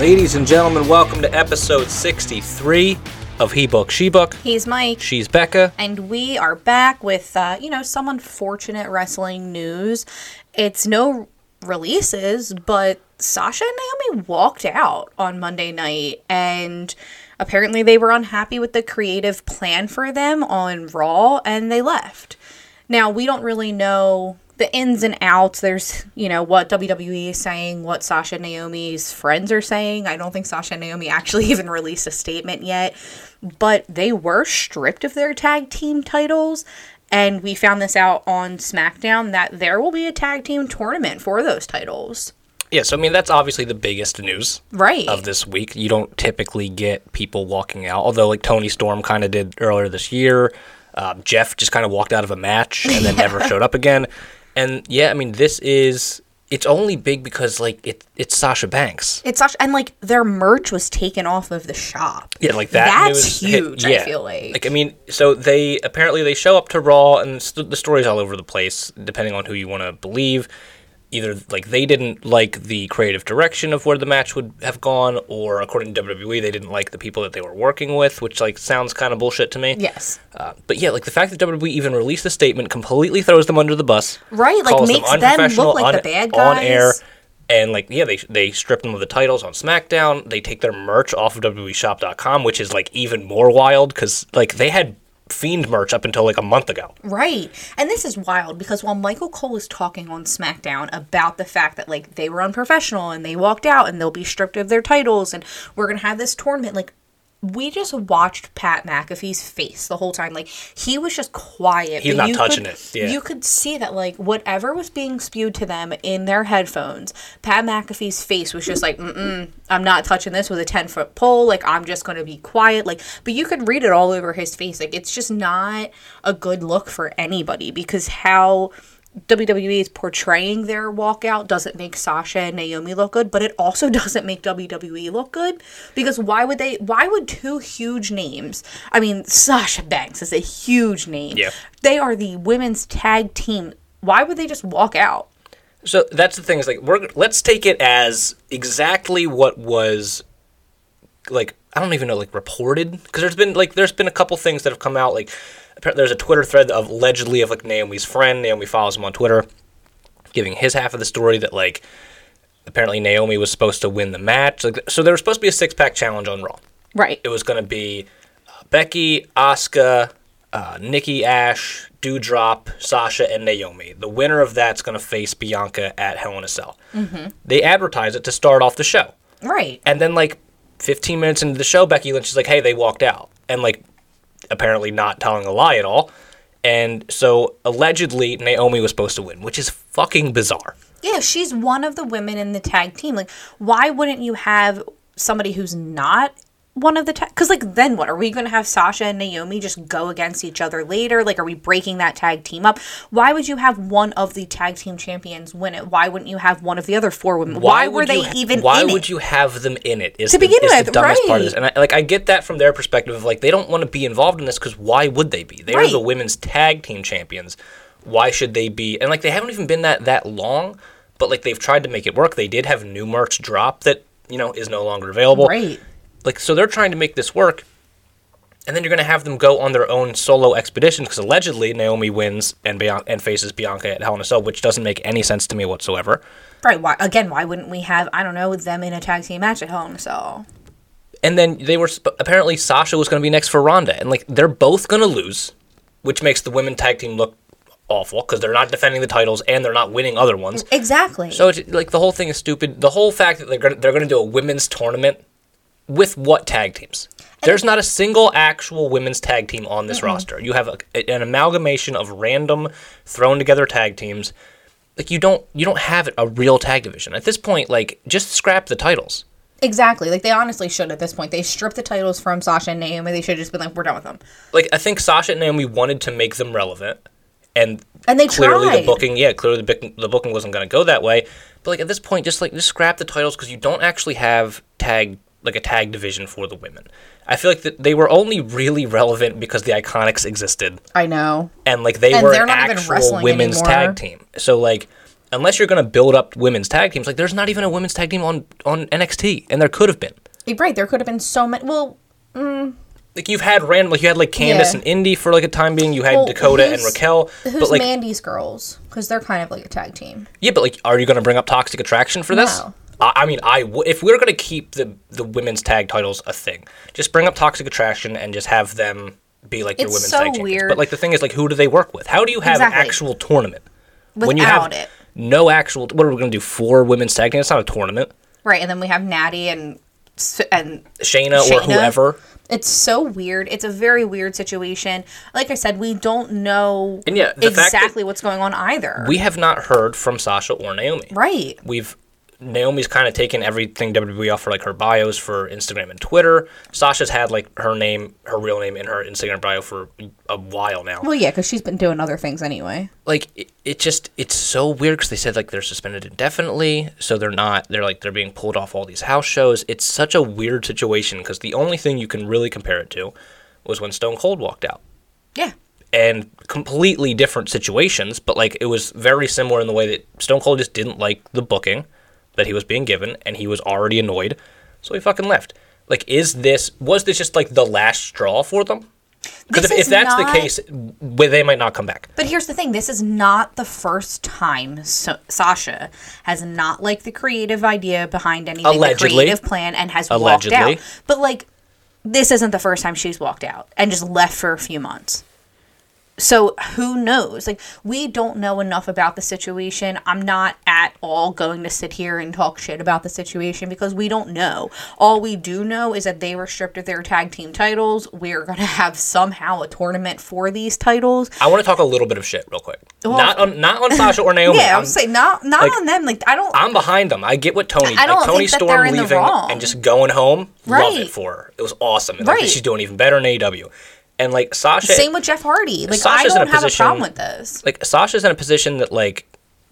Ladies and gentlemen, welcome to episode 63 of He Book, She Book. He's Mike. She's Becca. And we are back with, uh, you know, some unfortunate wrestling news. It's no releases, but Sasha and Naomi walked out on Monday night, and apparently they were unhappy with the creative plan for them on Raw, and they left. Now, we don't really know the ins and outs. There's, you know, what WWE is saying, what Sasha and Naomi's friends are saying. I don't think Sasha and Naomi actually even released a statement yet, but they were stripped of their tag team titles. And we found this out on SmackDown that there will be a tag team tournament for those titles. Yeah, so I mean, that's obviously the biggest news Right. of this week. You don't typically get people walking out, although, like, Tony Storm kind of did earlier this year. Um, Jeff just kind of walked out of a match and then never showed up again. And yeah, I mean, this is. It's only big because, like, it, it's Sasha Banks. It's such, and like their merch was taken off of the shop. Yeah, like that. That's news hit- huge. yeah. I feel like. I mean, so they apparently they show up to Raw, and st- the story's all over the place, depending on who you want to believe. Either like they didn't like the creative direction of where the match would have gone, or according to WWE, they didn't like the people that they were working with, which like sounds kind of bullshit to me. yes, Uh, but yeah, like the fact that WWE even released a statement completely throws them under the bus. Right, like, calls makes them look unprofessional like the bad on air. guys. And like yeah, they they strip them of the titles on SmackDown. They take their merch off of E WWEShop.com, which is like even more wild because like they had Fiend merch up until like a month ago. right. And this is wild because while Michael Cole was talking on SmackDown about the fact that like they were unprofessional and they walked out and they'll be stripped of their titles and we're gonna have this tournament, like we just watched Pat McAfee's face the whole time. Like he was just quiet. He's but not you touching could- it, yeah. You could see that like whatever was being spewed to them in their headphones, Pat McAfee's face was just like, mm I'm not touching this with a ten foot pole. Like I'm just going to be quiet. Like, but you could read it all over his face. Like it's just not a good look for anybody because how. WWE is portraying their walkout doesn't make Sasha and Naomi look good, but it also doesn't make WWE look good because why would they? Why would two huge names? I mean, Sasha Banks is a huge name. Yeah. They are the women's tag team. Why would they just walk out? So that's the thing is like we're let's take it as exactly what was like I don't even know like reported because there's been like there's been a couple things that have come out like apparently there's a Twitter thread of allegedly of like Naomi's friend Naomi follows him on Twitter giving his half of the story that like apparently Naomi was supposed to win the match like so there was supposed to be a six pack challenge on Raw Right. it was going to be uh, Becky, Asuka, uh, Nikki Ash, Dewdrop, Sasha, and Naomi. The winner of that's going to face Bianca at Hell in a Cell. Mm-hmm. They advertise it to start off the show. Right. And then, like, 15 minutes into the show, Becky Lynch is like, hey, they walked out. And, like, apparently not telling a lie at all. And so, allegedly, Naomi was supposed to win, which is fucking bizarre. Yeah, she's one of the women in the tag team. Like, why wouldn't you have somebody who's not one of the tag? Because like, then what? Are we going to have Sasha and Naomi just go against each other later? Like, are we breaking that tag team up? Why would you have one of the tag team champions win it? Why wouldn't you have one of the other four women? Why, were would they you, even? Why in would it? you have them in it? Is To the, begin is the with, dumbest part of right. this, and I, like I get that from their perspective of like they don't want to be involved in this because why would they be? They are the Right. women's tag team champions. Why should they be? And like they haven't even been that that long, but like they've tried to make it work. They did have new merch drop that you know is no longer available. Right. Like so they're trying to make this work. And then you're going to have them go on their own solo expedition because allegedly Naomi wins and Bian- and faces Bianca at Hell in a Cell, which doesn't make any sense to me whatsoever. Right. Why again? Why wouldn't we have? I don't know them in a tag team match at home. So and then they were sp- apparently Sasha was going to be next for Ronda, and like they're both going to lose, which makes the women tag team look awful because they're not defending the titles and they're not winning other ones. exactly. So it's, like the whole thing is stupid. The whole fact that they're gonna, they're going to do a women's tournament with what tag teams? There's not a single actual women's tag team on this roster. You have a, an amalgamation of random thrown together tag teams. Like you don't you don't have a real tag division at this point. Like just scrap the titles. exactly. Like they honestly should at this point. They stripped the titles from Sasha and Naomi. They should have just been like, we're done with them. like I think Sasha and Naomi wanted to make them relevant, and And they clearly the tried. booking, yeah, clearly the booking, the booking wasn't going to go that way. But like at this point, just like just scrap the titles because you don't actually have tag like a tag division for the women. I feel like that they were only really relevant because the Iconics existed, I know. and like they And were they're an not even actual wrestling women's anymore. tag team. So like unless you're going to build up women's tag teams, like there's not even a women's tag team on on NXT, and there could have been. Right, there could have been so many. Well, Like you've had random, like you had like Candice Yeah. and Indy for like a time being. You had Well, Dakota and who's- Raquel, who's but like Mandy's girls? Because they're kind of like a tag team. yeah, but like are you going to bring up Toxic Attraction for this? No. I, I mean, I w- if we're going to keep the the women's tag titles a thing, just bring up Toxic Attraction and just have them be like your It's women's so tag champions. weird. But like the thing is, like who do they work with? How do you have an Exactly. actual tournament Without it. no actual? What are we going to do? Four women's tag teams? It's not a tournament. Right, and then we have Natty and S- and Shayna, or Shayna. whoever. It's so weird. It's a very weird situation. Like I said, we don't know And yeah, the fact that- exactly what's going on either. We have not heard from Sasha or Naomi. right. We've Naomi's kind of taken everything WWE offer, like her bios for Instagram and Twitter. Sasha's had like her name, her real name in her Instagram bio for a while now. Well, yeah, because she's been doing other things anyway. Like it, it just it's so weird because they said like they're suspended indefinitely, so they're not. They're like they're being pulled off all these house shows. It's such a weird situation because the only thing you can really compare it to was when Stone Cold walked out. Yeah. and completely different situations, but like it was very similar in the way that Stone Cold just didn't like the booking that he was being given and he was already annoyed, so he fucking left. Like, is this was this just like the last straw for them? Because This if, if is that's the not- case, w- they might not come back. But here's the thing this is not the first time so- Sasha has not liked the creative idea behind anything, Allegedly. the creative plan, and has Allegedly. walked out. But, like, this isn't the first time she's walked out and just left for a few months. So who knows? Like, we don't know enough about the situation. I'm not at all going to sit here and talk shit about the situation because we don't know. All we do know is that they were stripped of their tag team titles. We're going to have somehow a tournament for these titles. I want to talk a little bit of shit real quick. not on not on Sasha or Naomi. Yeah, I I'm, was saying not not like, on them. Like I don't. I'm behind them. I get what Tony. I don't like, Tony think that Storm they're in the leaving wrong. and just going home. Love Right. it for her. It was awesome. And, like, Right. She's doing even better in AEW. And like Sasha, same with Jeff Hardy. Like Sasha's in I a don't have position- a problem with this. like Sasha's in a position that like,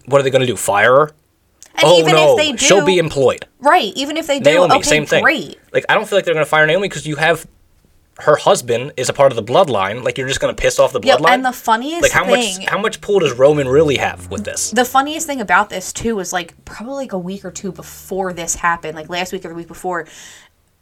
what are they going to do? Fire her? And oh even no, if they do, she'll be employed. right. Even if they do, Naomi, okay, same thing. great. Like I don't feel like they're going to fire Naomi because you have her husband is a part of the bloodline. Like you're just going to piss off the Yeah, bloodline. and the funniest like how thing, much how much pull does Roman really have with this? the funniest thing about this too was like probably like a week or two before this happened, like last week or the week before.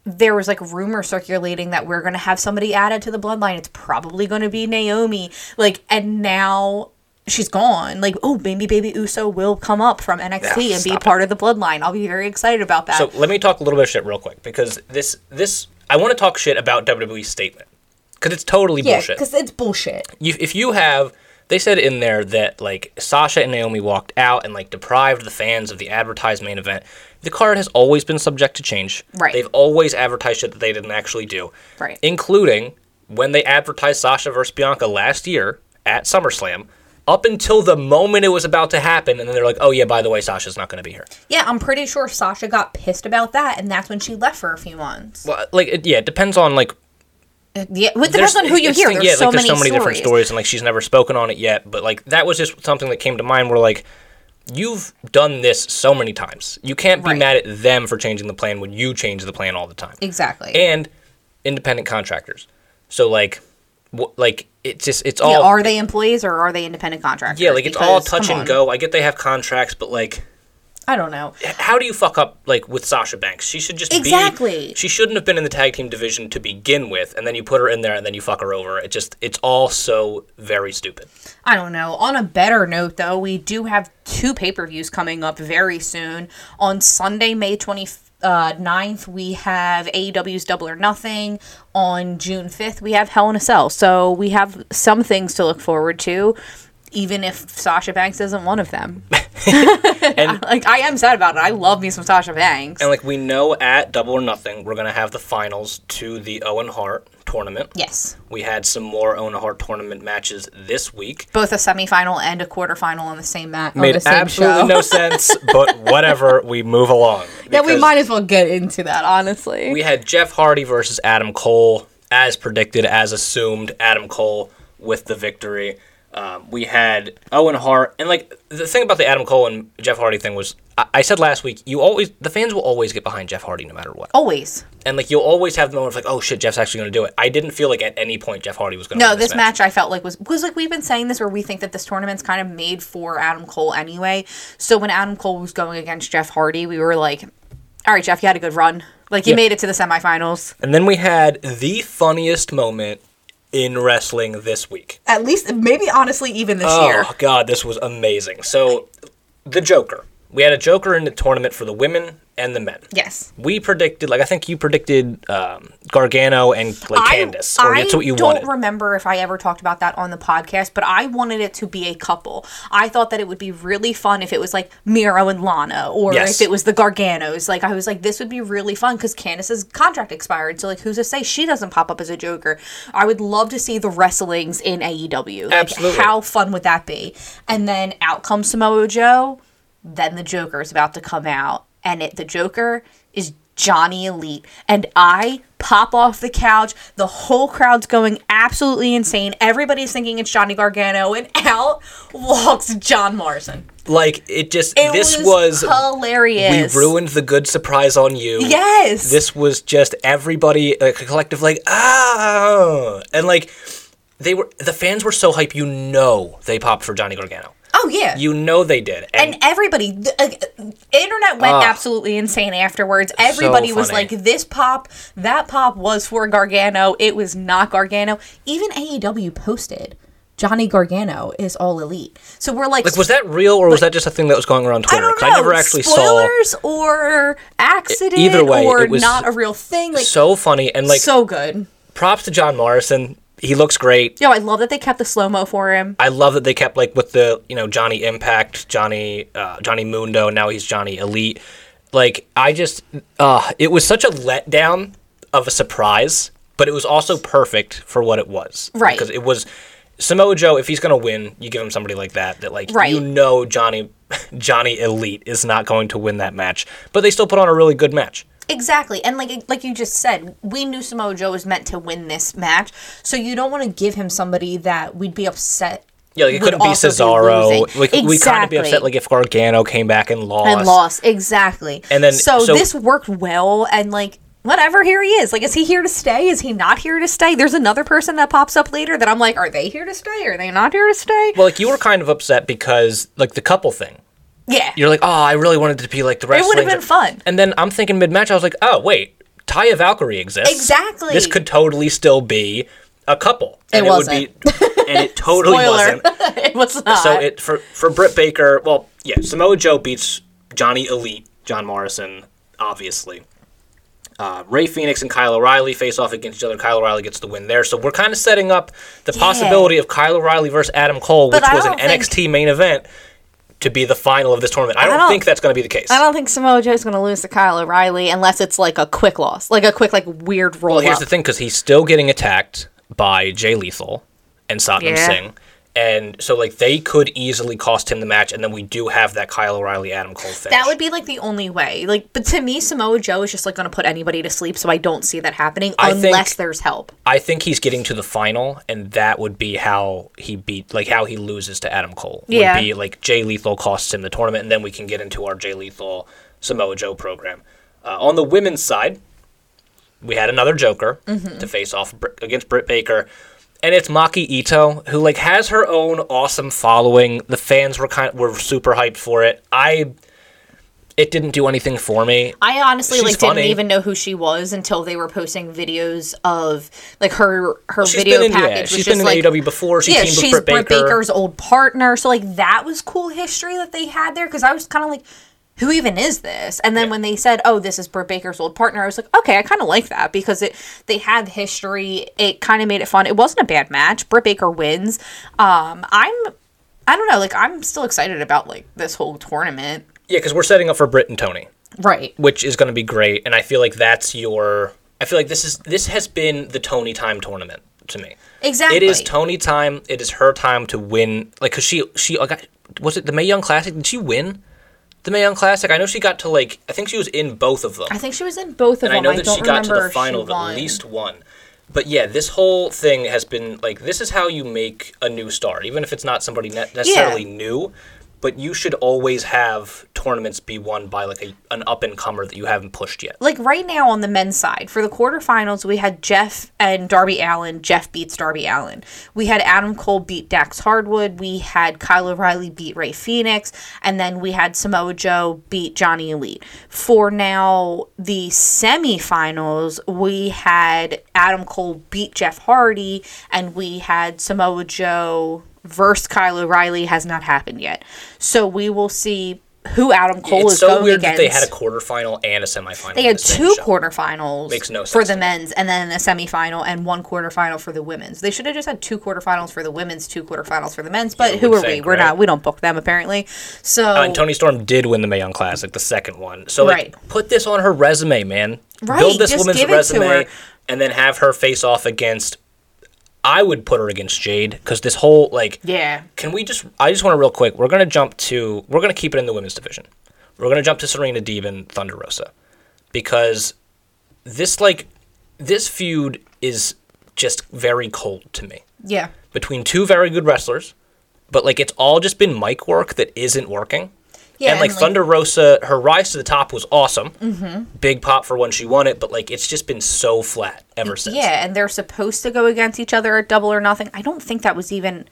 There was like rumor circulating that we're gonna have somebody added to the bloodline. It's probably gonna be Naomi. Like, and now she's gone. Like, oh, maybe Baby Uso will come up from NXT Yeah, and be stop it. part of the bloodline. I'll be very excited about that. So let me talk a little bit of shit real quick because this this I want to talk shit about WWE's statement because it's totally yeah, bullshit. because it's bullshit. you, if you have they said in there that like Sasha and Naomi walked out and like deprived the fans of the advertised main event. The card has always been subject to change. Right. They've always advertised shit that they didn't actually do. Right. Including when they advertised Sasha versus Bianca last year at SummerSlam, up until the moment it was about to happen, and then they're like, "Oh yeah, by the way, Sasha's not going to be here." Yeah, I'm pretty sure Sasha got pissed about that, and that's when she left for a few months. Well, like it, yeah, it depends on like yeah, well, it depends on who you it's hear. thing- There's, yeah, so, like, there's so many many different stories. stories, and like she's never spoken on it yet. But like that was just something that came to mind. Where like you've done this so many times, you can't be Right. mad at them for changing the plan when you change the plan all the time. Exactly. And independent contractors, so like, wh- like it's just it's yeah, all are they employees or are they independent contractors? Oh. yeah, like it's all Because, touch come and on. go. I get they have contracts, but like. I don't know. How do you fuck up like with Sasha Banks? She should just be Exactly. She shouldn't have been in the tag team division to begin with, and then you put her in there, and then you fuck her over. It just it's all so very stupid. I don't know. On a better note, though, we do have two pay per views coming up very soon. On Sunday, May 29th, uh, 9th, we have AEW's Double or Nothing. On June 5th, we have Hell in a Cell. So we have some things to look forward to, even if Sasha Banks isn't one of them. And- like, I am sad about it. I love me some Sasha Banks. And like we know at Double or Nothing, we're gonna have the finals to the Owen Hart tournament. yes. We had some more Owen Hart tournament matches this week. Both a semifinal and a quarterfinal on the same mat. on the Made same absolutely show. no sense, but whatever. We move along. Yeah, we because might as well get into that, honestly. We had Jeff Hardy versus Adam Cole, as predicted, as assumed. Adam Cole with the victory. Um, we had Owen Hart, and like the thing about the Adam Cole and Jeff Hardy thing was, I, I said last week, you always the fans will always get behind Jeff Hardy no matter what, Always. and like you'll always have the moment of like, oh shit, Jeff's actually going to do it. I didn't feel like at any point Jeff Hardy was going to. No, this match I felt like was was like we've been saying this where we think that this tournament's kind of made for Adam Cole anyway. So when Adam Cole was going against Jeff Hardy, we were like, "All right, Jeff, you had a good run. Like you made it to the semifinals. And then we had the funniest moment in wrestling this week. At least, maybe honestly, even this year. Oh god, this was amazing. So, the Joker. We had a Joker in the tournament for the women and the men. Yes. We predicted, like I think you predicted um, Gargano and like Candace, or I that's what you don't wanted. remember if I ever talked about that on the podcast, but I wanted it to be a couple. I thought that it would be really fun if it was like Miro and Lana, or Yes. if it was the Garganos. Like I was like, this would be really fun because Candace's contract expired, so like, who's to say she doesn't pop up as a Joker? I would love to see the wrestlings in E AEW. Like, Absolutely. how fun would that be? And then out comes Samoa Joe. Then the Joker is about to come out, and it the Joker is Johnny Elite, and I pop off the couch. The whole crowd's going absolutely insane. Everybody's thinking it's Johnny Gargano, and out walks John Morrison. like it just It this was, hilarious. we ruined the good surprise on you. Yes. This was just everybody like a collective like ah and like they were the fans were so hype you know they popped for Johnny Gargano. oh yeah. You know they did. and everybody the uh, internet went absolutely insane afterwards everybody was funny. like this pop that pop was for gargano it was not gargano even aew posted johnny gargano is all elite so we're like, Like, was that real or was that just a thing that was going around I Twitter? don't 'Cause know. I never actually spoilers or accident Either way, or it was not a real thing. Like saw. So funny and like so good. props to John Morrison. He looks great. Yo, I love that they kept the slow mo for him. I love that they kept like with the you know Johnny Impact, Johnny uh, Johnny Mundo. Now he's Johnny Elite. Like I just, uh, it was such a letdown of a surprise, but it was also perfect for what it was. Right. Because it was Samoa Joe. If he's gonna win, you give him somebody like that. That like Right. you know Johnny Johnny Elite is not going to win that match, but they still put on a really good match. Exactly, and like like you just said, we knew Samoa Joe was meant to win this match, so you don't want to give him somebody that we'd be upset. Yeah, like it would couldn't be also Cesaro. losing. like we kind of be upset Exactly. like if Gargano came back and lost. and lost exactly. And then- so, so- this worked well, and like whatever, here he is. Like, is he here to stay? Is he not here to stay? There's another person that pops up later that I'm like, are they here to stay? Are they not here to stay? Well, like you were kind of upset because like the couple thing. yeah, You're like, oh, I really wanted it to be like the rest. would've been fun. And then I'm thinking mid match, I was like, oh wait, Taya Valkyrie exists. Exactly. This could totally still be a couple. And wasn't. It would be, and it totally spoiler, wasn't. it was not. So it for for Britt Baker. Well, yeah, Samoa Joe beats Johnny Elite, John Morrison, obviously. Uh, Ray Phoenix and Kyle O'Reilly face off against each other. Kyle O'Reilly gets the win there. So we're kind of setting up the possibility of Kyle O'Reilly versus Adam Cole, But which I was an don't think- NXT main event, to be the final of this tournament. I don't, don't- think that's going to be the case. I don't think Samoa Joe's going to lose to Kyle O'Reilly unless it's like a quick loss, like a quick, like weird roll Well, here's up. the thing, because he's still getting attacked by Jay Lethal and Satnam Yeah. Singh. And so, like, they could easily cost him the match, and then we do have that Kyle O'Reilly Adam Cole finish. That would be like the only way. Like, but to me, Samoa Joe is just like going to put anybody to sleep, so I don't see that happening I think- unless there's help. I think he's getting to the final, and that would be how he beat, like how he loses to Adam Cole. Would Yeah. be like Jay Lethal costs him the tournament, and then we can get into our Jay Lethal Samoa Joe program. Uh, on the women's side, we had another Joker Mm-hmm. to face off Br- against Britt Baker, and it's Maki Ito, who like has her own awesome following. The fans were kind were super hyped for it. I, it didn't do anything for me. I honestly She's like funny. didn't even know who she was until they were posting videos of like her her She's video been in, yeah, package. she's was been just in like, AEW before. She yeah, teamed she's with Britt Baker's old partner. So like that was cool history that they had there because I was kind of like, who even is this? And then when they said, oh, this is Britt Baker's old partner, I was like, okay, I kind of like that because it they had history. It kind of made it fun. It wasn't a bad match. Britt Baker wins. Um, I'm. I don't know, like I'm still excited about like this whole tournament. Yeah, because we're setting up for Britt and Tony. Right. which is going to be great. And I feel like that's your. I feel like this is this has been the Tony time tournament to me. Exactly. It is Tony time. It is her time to win. Like, cause she she like, I- was it the May Young Classic? Did she win the May Young Classic? I know she got to like I think she was in both of them, I think she was in both of and I them. know that don't she got to remember the if final she of won. at least one. but yeah, this whole thing has been like this is how you make a new star, even if it's not somebody ne- necessarily new. But you should always have tournaments be won by like a, an up and comer that you haven't pushed yet. Like right now on the men's side, for the quarterfinals, we had Jeff and Darby Allen. Jeff beats Darby Allen. We had Adam Cole beat Dax Hardwood. We had Kyle O'Reilly beat Ray Phoenix. And then we had Samoa Joe beat Johnny Elite. For now, the semifinals, we had Adam Cole beat Jeff Hardy. And we had Samoa Joe versus Kyle O'Reilly has not happened yet. So we will see. Who Adam Cole it's is so going weird against. that they had a quarterfinal and a semifinal. They in had the same two show. quarterfinals Makes no for sense the to me. men's and then a semifinal and one quarterfinal for the women's. They should have just had two quarterfinals for the women's, two quarterfinals for the men's, but You who would are we? think, We're right? not we don't book them apparently. So Uh, And Tony Storm did win the Mae Young Classic, the second one. So like, Right. put this on her resume, man. Right, Build this just woman's give it to resume, her. and then have her face off against. I would put her against Jade because this whole like. Yeah. Can we just? I just want to real quick. We're gonna jump to. We're gonna keep it in the women's division. We're gonna jump to Serena Deeb and Thunder Rosa, because this like this feud is just very cold to me Yeah. between two very good wrestlers, but like it's all just been mic work that isn't working. Yeah, and like and, like- Thunder Rosa, her rise to the top was awesome. Mm-hmm. Big pop for when she won it, but like it's just been so flat ever since. Yeah, and they're supposed to go against each other at double or nothing. I don't think that was even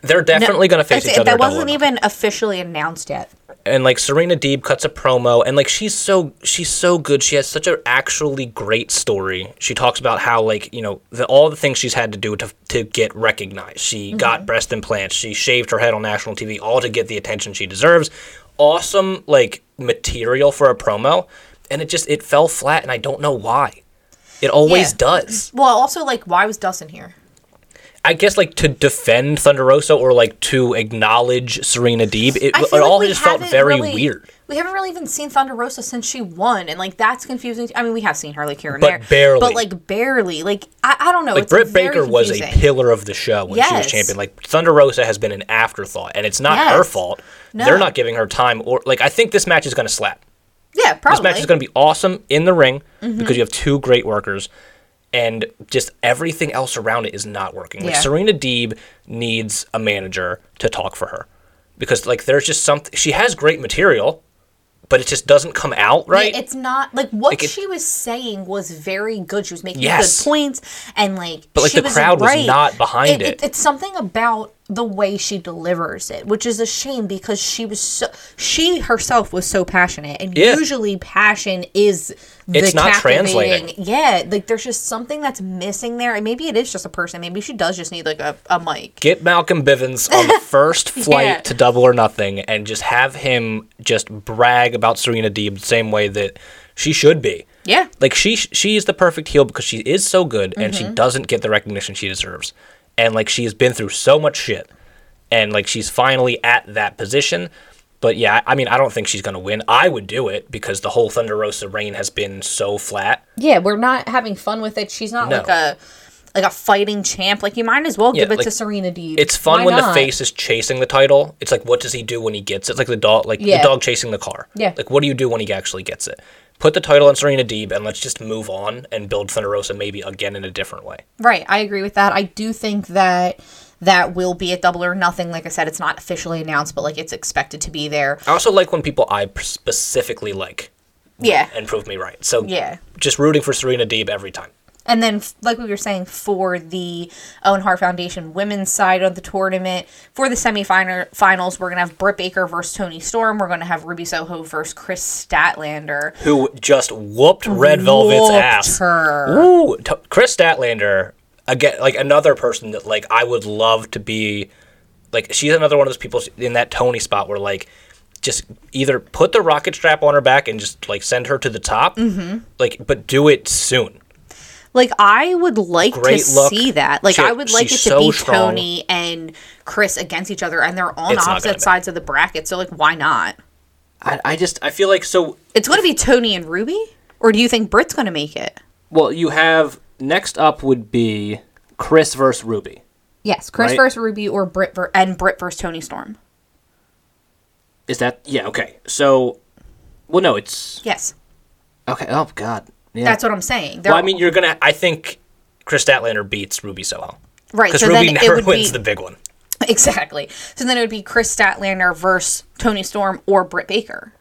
They're definitely going to face That's each it. other. at That Double or wasn't Nothing. even officially announced yet. and like Serena Deeb cuts a promo and like she's so she's so good. She has such an actually great story. She talks about how like, you know, the, all the things she's had to do to to get recognized. She Mm-hmm. got breast implants, she shaved her head on national TV all to get the attention she deserves. Awesome like material for a promo and it just it fell flat and I don't know why. It always Yeah. does. Well, also like why was Dustin here? I guess like to defend Thunder Rosa or like to acknowledge Serena Deeb, it, I it feel like all we just felt haven't very really- weird. We haven't really even seen Thunder Rosa since she won, and like that's confusing. I mean, we have seen her like here and But there, barely. but like barely. Like I, I don't know. Like it's Britt very Baker was a confusing. pillar of the show when she was Yes. champion. Like Thunder Rosa has been an afterthought, and it's not Yes. her fault. No. They're not giving her time, or like I think this match is going to slap. Yeah, This probably. match is going to be awesome in the ring Mm-hmm. because you have two great workers, and just everything else around it is not working. Like Yeah. Serena Deeb needs a manager to talk for her because like there's just something she has great material, but it just doesn't come out right. Yeah, it's not like what it- she was saying was very good. She was making Yes. good points, and like, but like, the crowd was not behind it. It's something about the way she delivers it, which is a shame because she was so she herself was so passionate, and Yeah. usually passion is the It's not translating. captivating- Yeah, like there's just something that's missing there, and maybe it is just a person. Maybe she does just need like a, a mic. get Malcolm Bivens on the first flight Yeah. to Double or Nothing and just have him just brag about Serena Deeb the same way that she should be. Yeah. Like she she is the perfect heel because she is so good and Mm-hmm. she doesn't get the recognition she deserves. And like she has been through so much shit and like she's finally at that position. But yeah, I I mean, I don't think she's going to win. I would do it because the whole Thunder Rosa reign has been so flat. Yeah, we're not having fun with it. She's not No. like a like a fighting champ. Like you might as well give Yeah, it like, to Serena Deeb. It's fun Why when the not? face is chasing the title. It's like, what does he do when he gets it? It's like the dog, like Yeah. the dog chasing the car. Yeah. Like, what do you do when he actually gets it? Put the title on Serena Deeb and let's just move on and build Thunder Rosa maybe again in a different way. Right, I agree with that. I do think that that will be at double or nothing. Like I said, it's not officially announced, but like it's expected to be there. I also like when people I specifically like Yeah. and prove me right. So Yeah. just rooting for Serena Deeb every time. And then, f- like we were saying, for the Owen Hart Foundation women's side of the tournament, for the semifinal finals, we're gonna have Britt Baker versus Tony Storm. We're gonna have Ruby Soho versus Chris Statlander. Who just whooped Red Velvet's Whooped ass. her. Ooh, t- Chris Statlander again, like another person that like I would love to be. Like she's another one of those people in that Tony spot where like just either put the rocket strap on her back and just like send her to the top, mm-hmm. like but do it soon. Like I would like Great to look. see that. Like Shit, I would like it to she's so be strong. Tony and Chris against each other, and they're on It's not gonna opposite be. sides of the bracket. So like, why not? I, I just I feel like so. It's going to be Tony and Ruby, or do you think Britt's going to make it? Well, you have next up would be Chris versus Ruby. Yes, Chris Right. versus Ruby, or Britt ver- and Britt versus Tony Storm. Is that yeah okay? So, well no, it's Yes, okay. Oh God, yeah. that's what I'm saying. They're, Well, I mean, you're gonna. I think Chris Statlander beats Ruby Soho. Right, Because so Ruby then it never would wins be- the big one. Exactly. So then it would be Chris Statlander versus Tony Storm or Britt Baker.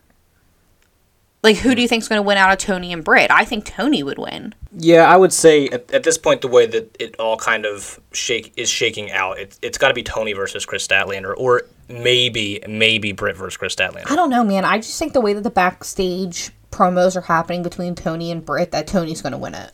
Like, who do you think's going to win out of Tony and Britt? I think Tony would win. Yeah, I would say at, at this point the way that it all kind of shake is shaking out, it, it's got to be Tony versus Chris Statlander, or maybe maybe Britt versus Chris Statlander. I don't know, man. I just think the way that the backstage promos are happening between Tony and Britt, that Tony's going to win it.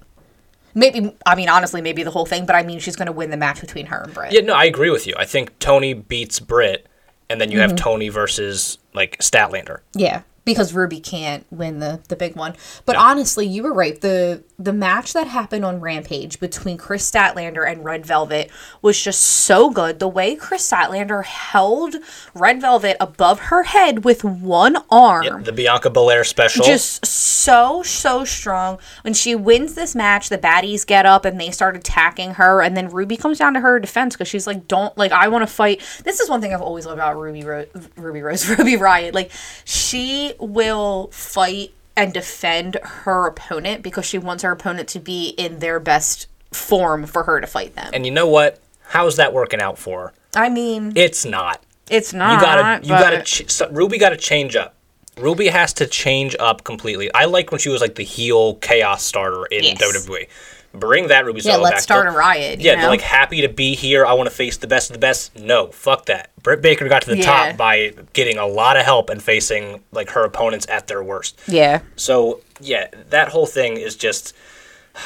Maybe, I mean, honestly, maybe the whole thing, but I mean, she's going to win the match between her and Britt. Yeah, no, I agree with you. I think Tony beats Britt, and then you Mm-hmm. have Tony versus like Statlander. Yeah, because Ruby can't win the the big one. But honestly, you were right. The the match that happened on Rampage between Chris Statlander and Red Velvet was just so good. The way Chris Statlander held Red Velvet above her head with one arm The Bianca Belair special. just so so strong when she wins this match the baddies get up and they start attacking her and then ruby comes down to her defense because she's like don't like i want to fight this is one thing i've always loved about ruby rose ruby rose ruby riot like she will fight and defend her opponent because she wants her opponent to be in their best form for her to fight them and you know what? How's that working out for her? i mean It's not. it's not You gotta, you but- gotta. Ch- so Ruby gotta change up. Ruby has to change up completely. I like when she was like the heel chaos starter in Yes. WWE. Bring that Ruby yeah Soho let's back. start a They're- riot you Yeah, know? they're like happy to be here. I want to face the best of the best. No, fuck that. Britt Baker got to the Yeah. top by getting a lot of help and facing like her opponents at their worst. yeah So yeah, that whole thing is just.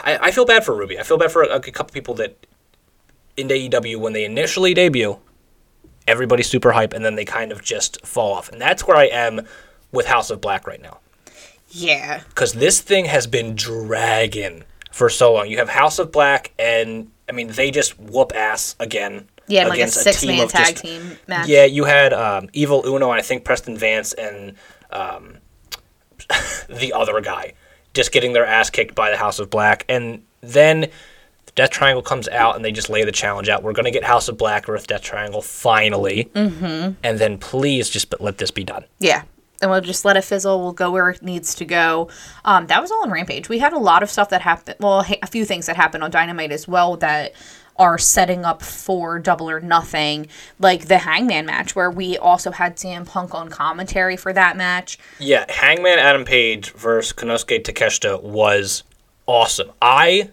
I, I feel bad for Ruby. I feel bad for a, a couple people that in AEW when they initially debut, everybody's super hype, and then they kind of just fall off. And that's where I am with House of Black right now yeah because this thing has been dragging for so long. You have House of Black, and I mean they just whoop ass again. yeah like a against six team man of just- tag team match yeah, you had um, Evil Uno and I think Preston Vance and um, the other guy just getting their ass kicked by the House of Black. And then Death Triangle comes out and they just lay the challenge out. We're going to get House of Black versus Death Triangle finally. Mm-hmm. And then please just but let this be done. Yeah. And we'll just let it fizzle. We'll go where it needs to go. Um, that was all on Rampage. We had a lot of stuff that happened. Well, ha- a few things that happened on Dynamite as well that are setting up for Double or Nothing, like the Hangman match, where we also had Sam Punk on commentary for that match. Yeah, Hangman Adam Page versus Konosuke Takeshita was awesome. I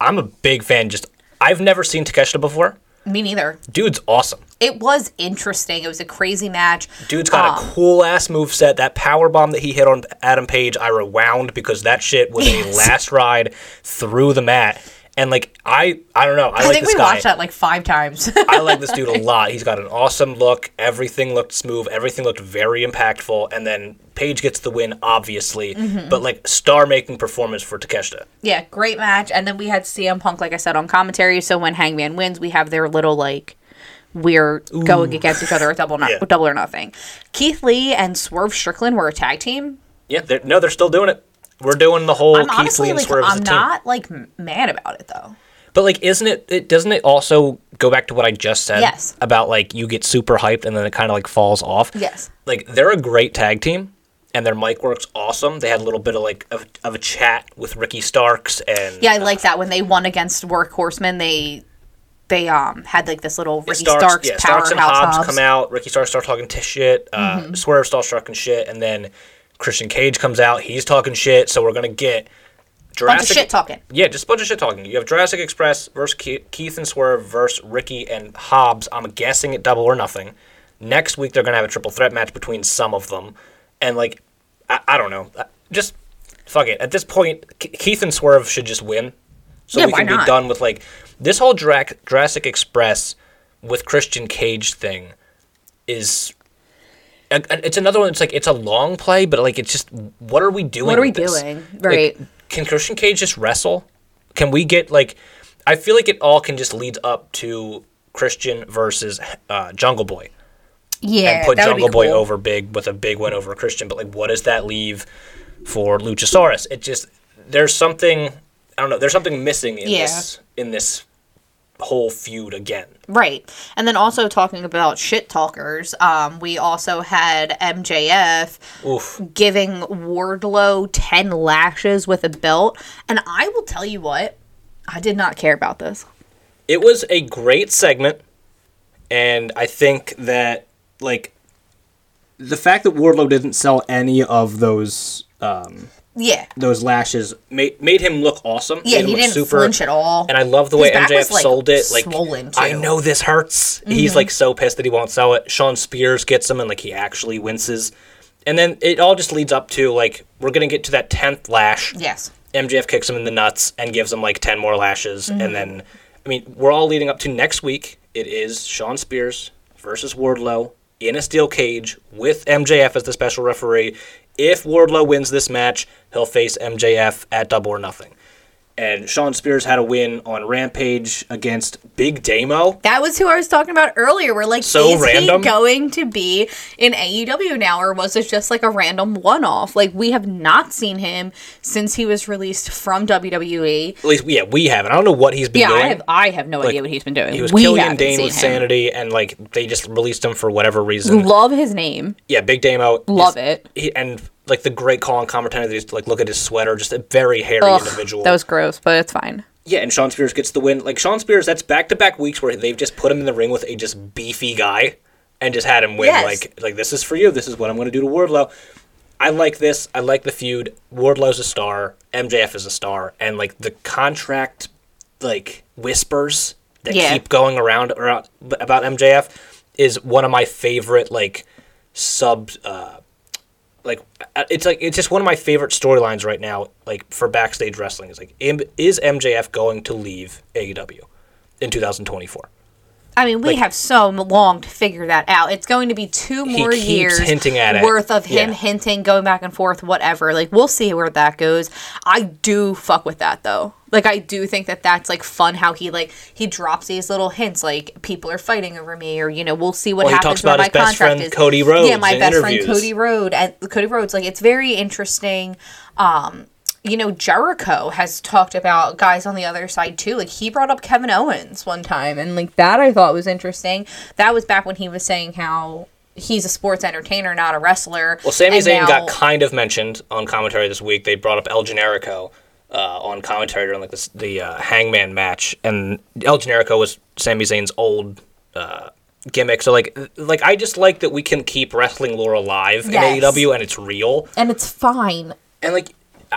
I'm a big fan just I've never seen Takeshita before. Me neither. Dude's awesome. It was interesting. It was a crazy match. Dude's got Ah. a cool ass move set. That power bomb that he hit on Adam Page, I rewound because that shit was a last ride through the mat. And like I, I don't know. I, I like think this we guy. watched that like five times. I like this dude a lot. He's got an awesome look. Everything looked smooth. Everything looked very impactful. And then Page gets the win, obviously. Mm-hmm. But like star making performance for Takeshita. yeah, great match. And then we had CM Punk, like I said, on commentary. So when Hangman wins, we have their little like we're going against each other at double, no- Yeah. double or nothing. Keith Lee and Swerve Strickland were a tag team. Yeah, they're, no, they're still doing it. We're doing the whole I'm Keith Lee honestly and like Swerve as a I'm team. not like m- mad about it though. But like, isn't it? It doesn't it also go back to what I just said Yes. about like you get super hyped and then it kind of like falls off. Yes. Like they're a great tag team, and their mic works awesome. They had a little bit of like of, of a chat with Ricky Starks and Yeah, I like that when they won against Work Horsemen, they they um had like this little Ricky Starks, yeah, powerhouse Starks and Hobbs Hobbs. Mm-hmm. come out. Ricky Starks start talking t- shit. Uh, Swerve starts talking shit, and then Christian Cage comes out. He's talking shit. So we're gonna get Jurassic Bunch of shit talking. Yeah, just a bunch of shit talking. You have Jurassic Express versus Ke- Keith and Swerve versus Ricky and Hobbs. I'm guessing at double or nothing. Next week they're gonna have a triple threat match between some of them, and like, I, I don't know, I- just fuck it. At this point, Ke- Keith and Swerve should just win, so Yeah, we why can be not? done with like this whole Dra- Jurassic Express with Christian Cage thing is. a- a- It's another one. It's like it's a long play, but like it's just what are we doing? What are we with this? doing? Right. Like, can Christian Cage just wrestle? Can we get like? I feel like it all can just lead up to Christian versus uh, Jungle Boy yeah, and put that would be Jungle Boy cool. over big with a big win over Christian. But like, what does that leave for Luchasaurus? It just there's something I don't know. There's something missing in Yeah. this in this whole feud again. Right. And then also talking about shit talkers, um, we also had MJF Oof. giving Wardlow 10 lashes with a belt. And I will tell you what, I did not care about this. It was a great segment, and I think that like the fact that Wardlow didn't sell any of those um, Yeah. those lashes made made him look awesome. Yeah, made him he look didn't flinch at all. And I love the way His back MJF was, like, sold it. Like swollen, I too. Mm-hmm. know this hurts. He's like so pissed that he won't sell it. Sean Spears gets him, and like he actually winces. And then it all just leads up to like we're gonna get to that tenth lash. Yes. MJF kicks him in the nuts and gives him like 10 more lashes. Mm-hmm. And then, I mean, we're all leading up to next week. It is Sean Spears versus Wardlow in a steel cage with MJF as the special referee. If Wardlow wins this match, he'll face MJF at double or nothing. And Sean Spears had a win on Rampage against Big Damo. That was who I was talking about earlier. We're like, So is random. he going to be in AEW now, or was it just like a random one-off? Like we have not seen him since he was released from E. WWE. At least, yeah, we haven't. I don't know what he's been Yeah, doing. I have. I have no idea what he's been doing. he was we Killian haven't Dane seen with him. Sanity, and like they just released him for whatever reason. Love his name. yeah, Big Damo. Love he's- it. He, and like the great call on commentary that he's like, look at his sweater, just a very hairy Ugh, individual. that was gross, but it's fine. yeah, and Sean Spears gets the win. Like Sean Spears, that's back to back weeks where they've just put him in the ring with a just beefy guy and just had him win. Yes. Like like this is for you. This is what I'm going to do to Wardlow. I like this. I like the feud. Wardlow's a star. MJF is a star, and like the contract, like whispers that Yeah. keep going around around about MJF is one of my favorite like sub. Uh, like uh, it's like it's just one of my favorite storylines right now like for backstage wrestling is like am- is MJF going to leave AEW in 2024 I mean, we have so m- long to figure that out. It's going to be two more keeps years hinting at it. worth of him Yeah. hinting, going back and forth, whatever. Like, we'll see where that goes. I do fuck with that though. Like, I do think that that's like fun how he like he drops these little hints, like people are fighting over me, or you know, we'll see what Well, he happens. talks when about my his best contract friend, is. Cody Yeah, Rhodes, my in best interviews. friend Cody Rhodes and Cody Rhodes. Like, it's very interesting. Um, you know, Jericho has talked about guys on the other side too. Like he brought up Kevin Owens one time, and like that I thought was interesting. That was back when he was saying how he's a sports entertainer, not a wrestler. Well, Sami And Zayn now- got kind of mentioned on commentary this week. They brought up El Generico uh, on commentary during like this, the uh, Hangman match, and El Generico was Sami Zayn's old uh, gimmick. So like, like I just like that we can keep wrestling lore alive in Yes. AEW, and it's real. and it's fine. And like, I-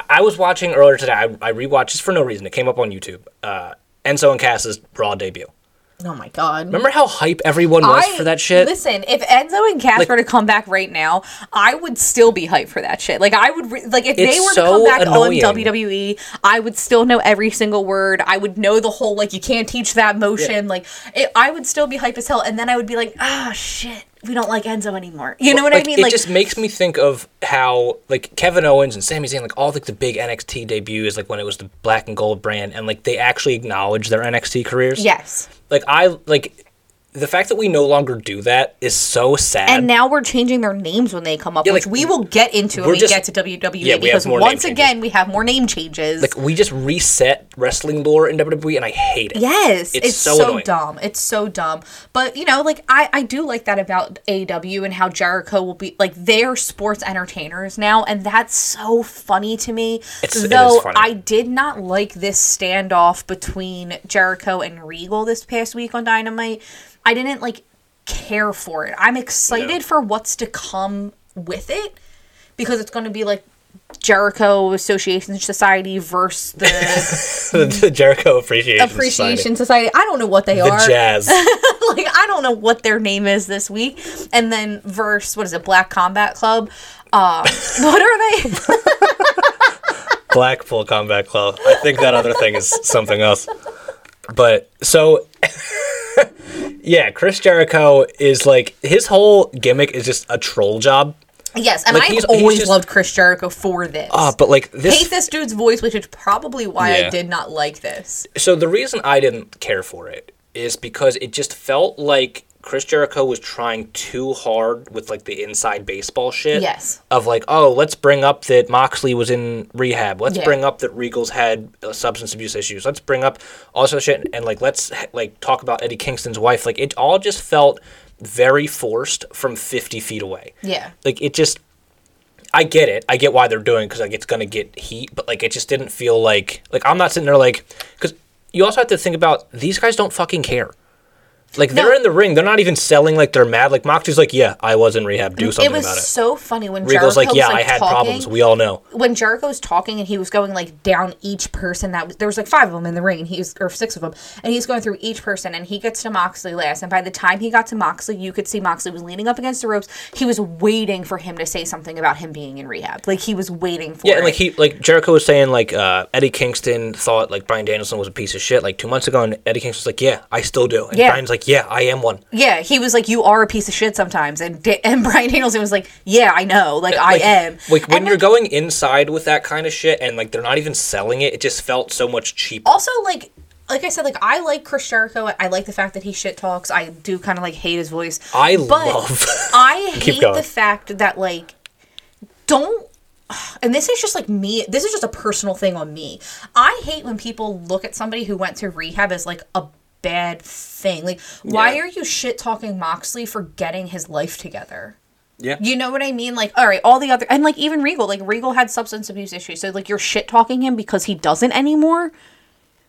I was watching earlier today. I, I rewatched just for no reason. It came up on YouTube. Uh, Enzo and Cass's Raw debut. Oh my god. Remember how hype everyone was I- for that shit? Listen, if Enzo and Cass were to come back right now, I would still be hyped for that shit. Like I would, re- like if they It's were so to come back annoying. on WWE, I would still know every single word. I would know the whole like you can't teach that motion. Like it, I would still be hyped as hell, and then I would be like, ah, shit, we don't like Enzo anymore. You know what I mean? It Like just makes me think of how like Kevin Owens and Sami Zayn, like all like the big NXT debuts, like when it was the black and gold brand, and like they actually acknowledge their NXT careers. yes. Like I like the fact that we no longer do that is so sad. And now we're changing their names when they come up, like, which we will get into when we're we just- get to WWE Yeah, we have because more name once changes. again we have more name changes. like we just reset wrestling lore in WWE, and I hate it. Yes, It's it's, so so, annoying. dumb. It's so dumb. But you know, like I, I do like that about AEW and how Jericho will be like they're sports entertainers now, and that's so funny to me. It's- it is Though funny. I did not like this standoff between Jericho and Regal this past week on Dynamite. I didn't like care for it. I'm excited Yeah. for what's to come with it because it's going to be like. Jericho Association Society versus the the Jericho Appreciation Society. Appreciation Society. I don't know what they The are. Jazz. like I don't know what their name is this week. And then verse what is it? Black Combat Club. Um, what are they? Blackpool Combat Club. I think that other thing is something else. But so, yeah, Chris Jericho is like his whole gimmick is just a troll job. yes, and Like, I've he's- he's always just- loved Chris Jericho for this. Uh, but like Hate this, this dude's voice, which is probably why Yeah. I did not like this. so the reason I didn't care for it is because it just felt like Chris Jericho was trying too hard with like the inside baseball shit. Yes. Of like, oh, let's bring up that Moxley was in rehab. Let's Yeah. bring up that Regal's had uh, substance abuse issues. Let's bring up all sorts of shit and like let's like talk about Eddie Kingston's wife. Like it all just felt very forced from 50 feet away. Yeah. Like it just I get it. I get why they're doing because like it's gonna get heat, but like it just didn't feel like like I'm not sitting there like because you also have to think about these guys don't fucking care. Like No. they're in the ring, they're not even selling. Like they're mad. Like Moxley's like, yeah, I was in rehab. Do something it was about it. so funny when Regal's Jericho's like, yeah, I had talking, problems. We all know. when Jericho was talking and he was going like down each person that was there was like five of them in the ring and he was or six of them and he's going through each person and he gets to Moxley last and by the time he got to Moxley you could see Moxley was leaning up against the ropes he was waiting for him to say something about him being in rehab like he was waiting for Yeah, and it. like he, like Jericho was saying, like uh, Eddie Kingston thought like Brian Danielson was a piece of shit like two months ago, and Eddie Kingston's like, yeah, I still do, and Yeah. Brian's like, yeah, I am one. yeah he was like you are a piece of shit sometimes and Da- and Brian Danielson was like yeah I know like I Like- am Like when And you're going inside with that kind of shit, and like they're not even selling it, it just felt so much cheaper. also like like I said, like I like Chris Jericho. I like the fact that he shit talks. I do kind of like hate his voice. I but love. I Keep hate going. the fact that like don't and this is just like me this is just a personal thing on me. I hate when people look at somebody who went to rehab as like a bad thing. Like why Yeah. are you shit talking Moxley for getting his life together? yeah. You know what I mean? Like, all right, all the other and like even Regal, like Regal had substance abuse issues, so like you're shit talking him because he doesn't anymore.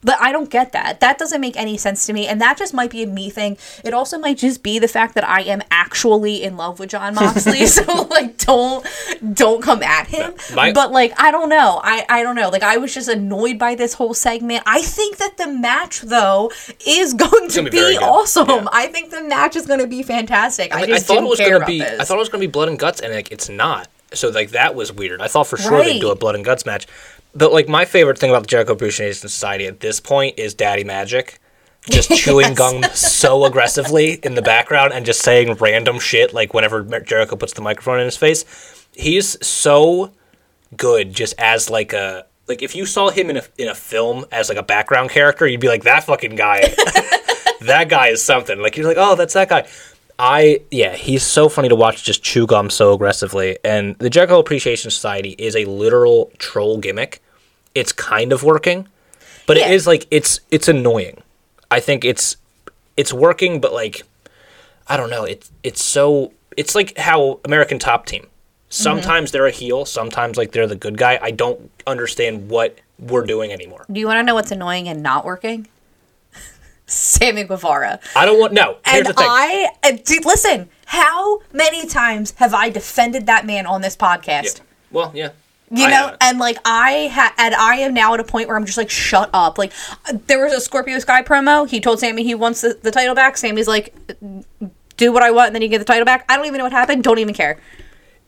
But I don't get that. That doesn't make any sense to me, and that just might be a me thing. It also might just be the fact that I am actually in love with John Moxley, so like don't don't come at him. My- but like I don't know. I I don't know. Like I was just annoyed by this whole segment. I think that the match though is going to gonna be, be very good. awesome. Yeah. I think the match is going to be fantastic. I, Like, just I thought didn't it was care gonna about be. this. I thought it was gonna be blood and guts, and like it's not. So like that was weird. I thought for sure they'd do a Right. blood and guts match. But like my favorite thing about the Jericho Appreciation Society at this point is Daddy Magic. Just chewing gum so aggressively in the background and just saying random shit like whenever Mer- Jericho puts the microphone in his face. He's so good just as like a like if you saw him in a in a film as like a background character, you'd be like that fucking guy. that guy is something. Like you're like, oh, that's that guy. I yeah, he's so funny to watch just chew gum so aggressively. And the Jericho Appreciation Society is a literal troll gimmick. It's kind of working, but Yeah. it is like it's it's annoying. I think it's it's working, but like I don't know. It's it's so it's like how American Top Mm-hmm. Team. Sometimes they're a heel, sometimes like they're the good guy. I don't understand what we're doing anymore. Do you want to know what's annoying and not working? Sammy Guevara. I don't want no. Here's and the thing. I, uh, dude, listen, how many times have I defended that man on this podcast? well, yeah. You I know, haven't. and like I ha- and I am now at a point where I'm just like, shut up. Like, uh, there was a Scorpio Sky promo. He told Sammy he wants the, the title back. Sammy's like, do what I want, and then you get the title back. I don't even know what happened. Don't even care.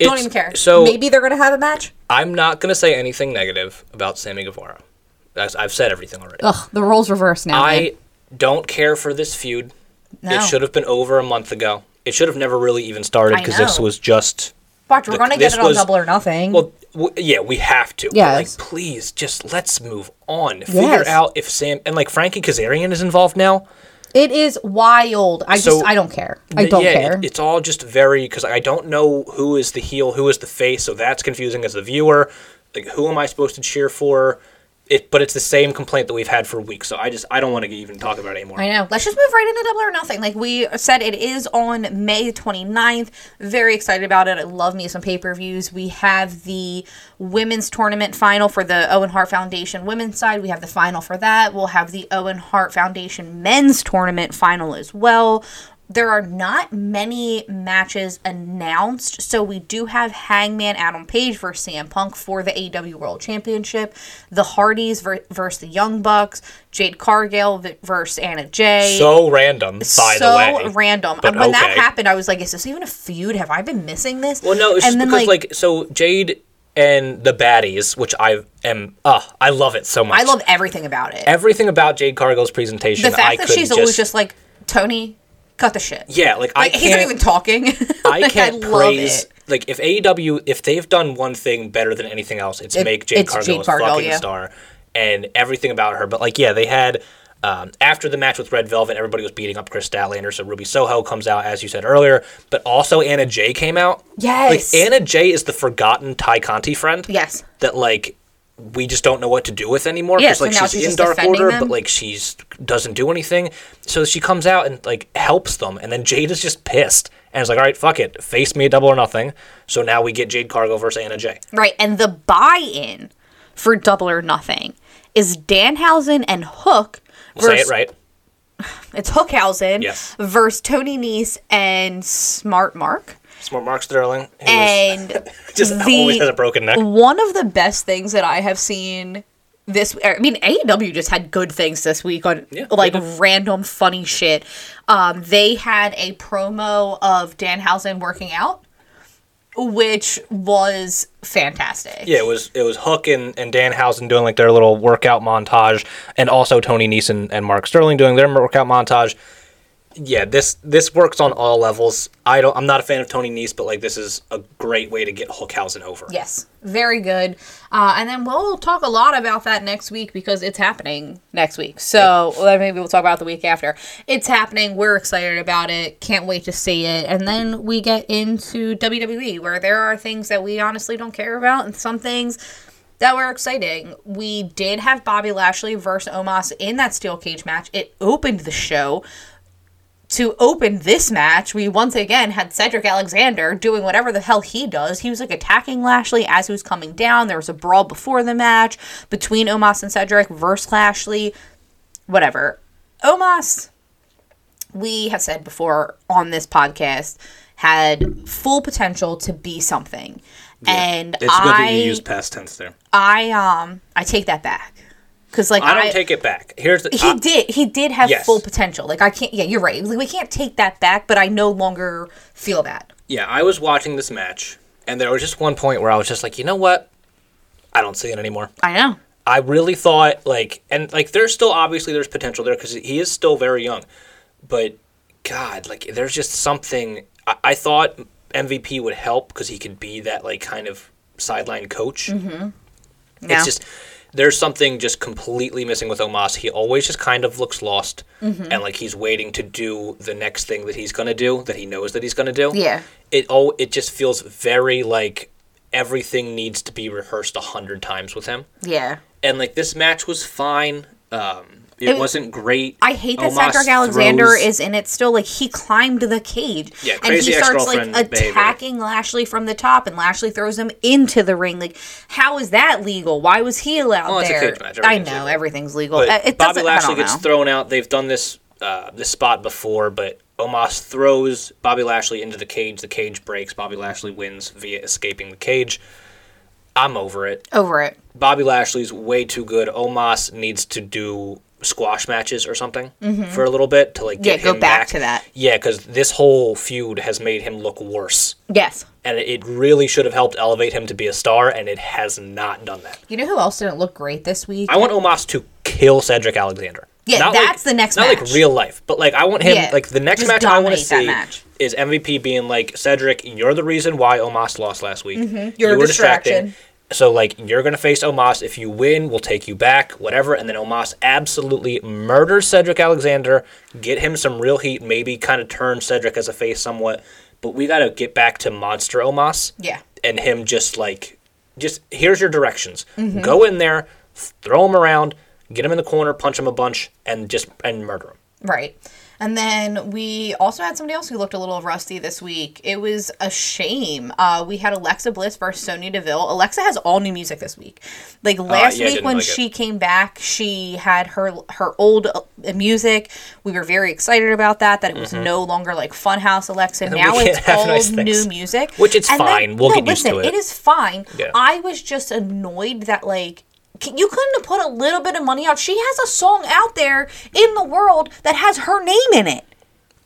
Don't It's- even care. So maybe they're gonna have a match. I'm not going to say anything negative about Sammy Guevara. That's, I've said everything already. Ugh, the roles reversed now. I don't care for this feud. No. It should have been over a month ago. It should have never really even started I because this know. was just. Watch, we're th- gonna get this it on was- double or nothing. Well, w- yeah, we have to. Yeah. Like, Yes. please, just let's move on. Figure out if Sam and like Frankie Kazarian is involved now. It is wild. I So- just I don't care. I Th- don't yeah, care. it- it's all just very because I don't know who is the heel, who is the face, so that's confusing as the viewer. Like, who am I supposed to cheer for? It, but it's the same complaint that we've had for weeks, so I just I don't want to even talk about it anymore. I know. Let's just move right into Double or Nothing. Like we said, it is on May 29th. Very excited about it. I love me some pay per views. We have the women's tournament final for the Owen Hart Foundation women's side. We have the final for that. We'll have the Owen Hart Foundation men's tournament final as well. There are not many matches announced, so we do have Hangman Adam Page versus Sam Punk for the AEW World Championship, the Hardys ver- versus the Young Bucks, Jade Cargill v- versus Anna Jay. so random, by the way. random. but when that okay. happened, I was like, "Is this even a feud? Have I been missing this?" Well, no, it's just because like, so Jade and the baddies, which I am, uh, I love it so much. I love everything about it. everything about Jade Cargill's presentation. the fact I that could she's just, always just like Tony, cut the shit. yeah, like, I like can't, he's not even talking. I Like, can't love praise it. like if AEW if they've done one thing better than anything else, it's make Jade it's Cargill Jade a Cargill, fucking yeah. star and everything about her. But like yeah, they had um, after the match with Red Velvet, everybody was beating up Chris Statlander, so Ruby Soho comes out as you said earlier, but also Anna Jay came out. Yes. Like Anna Jay is the forgotten Ty Conti friend. Yes. That like we just don't know what to do with anymore Yeah, because so like now she's, she's in just Dark defending Order, them? but like she's doesn't do anything. So she comes out and like helps them, and then Jade is just pissed and is like, "All right, fuck it, face me double or nothing." So now we get Jade Cargo versus Anna Jay. Right, and the buy-in for Double or Nothing is Danhausen and Hook Say it Verse- right. It's Hookhausen Yes. versus Tony Nese and Smart Mark. Smart Mark Sterling. who is- And just the- always has a broken neck. one of the best things that I have seen this I mean AEW just had good things this week on Yeah, they like did. random funny shit. Um they had a promo of Danhausen working out which was fantastic. Yeah, it was it was Hook and, and Dan Housen doing like their little workout montage, and also Tony Neeson and Mark Sterling doing their workout montage. Yeah, this this works on all levels. I don't. I'm not a fan of Tony Neese, but like this is a great way to get Hookhausen over. Yes, very good. Uh, and then we'll talk a lot about that next week because it's happening next week. So well, then maybe we'll talk about it the week after. It's happening. We're excited about it. Can't wait to see it. And then we get into WWE where there are things that we honestly don't care about and some things that were exciting. We did have Bobby Lashley versus Omos in that steel cage match. It opened the show to open this match, we once again had Cedric Alexander doing whatever the hell he does. He was like attacking Lashley as he was coming down. There was a brawl before the match between Omos and Cedric versus Lashley. Whatever. Omos, we have said before on this podcast, had full potential to be something. And it's good I, that you use past tense there. I um I take that back. Cause like I don't take it back. Here's the, he I- did he did have Uh, Yes. full potential like i can't yeah you're right like, we can't take that back but i no longer feel that yeah. I was watching this match, and there was just one point where I was just like, you know what? I don't see it anymore. i know I really thought like and like there's still obviously there's potential there because he is still very young, but God, like there's just something I, I thought MVP would help because he could be that like kind of sideline Mm-hmm. coach. Yeah. It's just there's something just completely missing with Omos. He always just kind of looks lost Mm-hmm. and like he's waiting to do the next thing that he's gonna do that he knows that he's gonna do. Yeah. It all it just feels very like everything needs to be rehearsed a hundred times with him yeah and like this match was fine. Um, it, It- wasn't great. i hate that Omos cedric alexander throws- is in it still like he climbed the cage Yeah, and he crazy starts like ex-girlfriend behavior. attacking lashley from the top and lashley throws him into the ring like how is that legal why was he allowed Well, Oh, it's a there cage match. i Everything's know legal. everything's legal But Uh, it Bobby doesn't Lashley I don't gets know. thrown out. They've done this uh, this spot before, but Omos throws Bobby Lashley into the cage. The cage breaks. Bobby Lashley wins via escaping the cage. I'm over it. over it Bobby Lashley's way too good. Omos needs to do squash matches or something for a little bit to like Mm-hmm. Yeah, get go him back to that. Yeah, because this whole feud has made him look worse. yes and it really should have helped elevate him to be a star, and it has not done that. you know who else didn't look great this week I want Omos to kill Cedric Alexander. Yeah, like- that's the next Not match. like real life, but like I want him. Yeah, like the next just match I want to dominate that see match. is MVP being like Cedric. You're the reason why Omos lost last week. Mm-hmm. You're You a were distraction." So like you're gonna face Omos. If you win, we'll take you back. Whatever. And then Omos absolutely murders Cedric Alexander. Get him some real heat. Maybe kind of turn Cedric as a face somewhat. But we gotta get back to monster Omos Yeah. and him just like just here's your directions Mm-hmm. go in there throw him around get him in the corner punch him a bunch and just and murder him Right. And then we also had somebody else who looked a little rusty this week. It was a shame. Uh, we had Alexa Bliss versus Sonya Deville. Alexa has all new music this week. Like last Uh, yeah, I week didn't when like it. she came back, she had her her old uh, music. We were very excited about that. That it was no longer like Funhouse Alexa. Mm-hmm. we Now can't it's have all nice new things. music, Which it's then- fine. We'll get used to listen, it. It is fine. Yeah. I was just annoyed that like c- you couldn't have put a little bit of money out. She has a song out there in the world that has her name in it.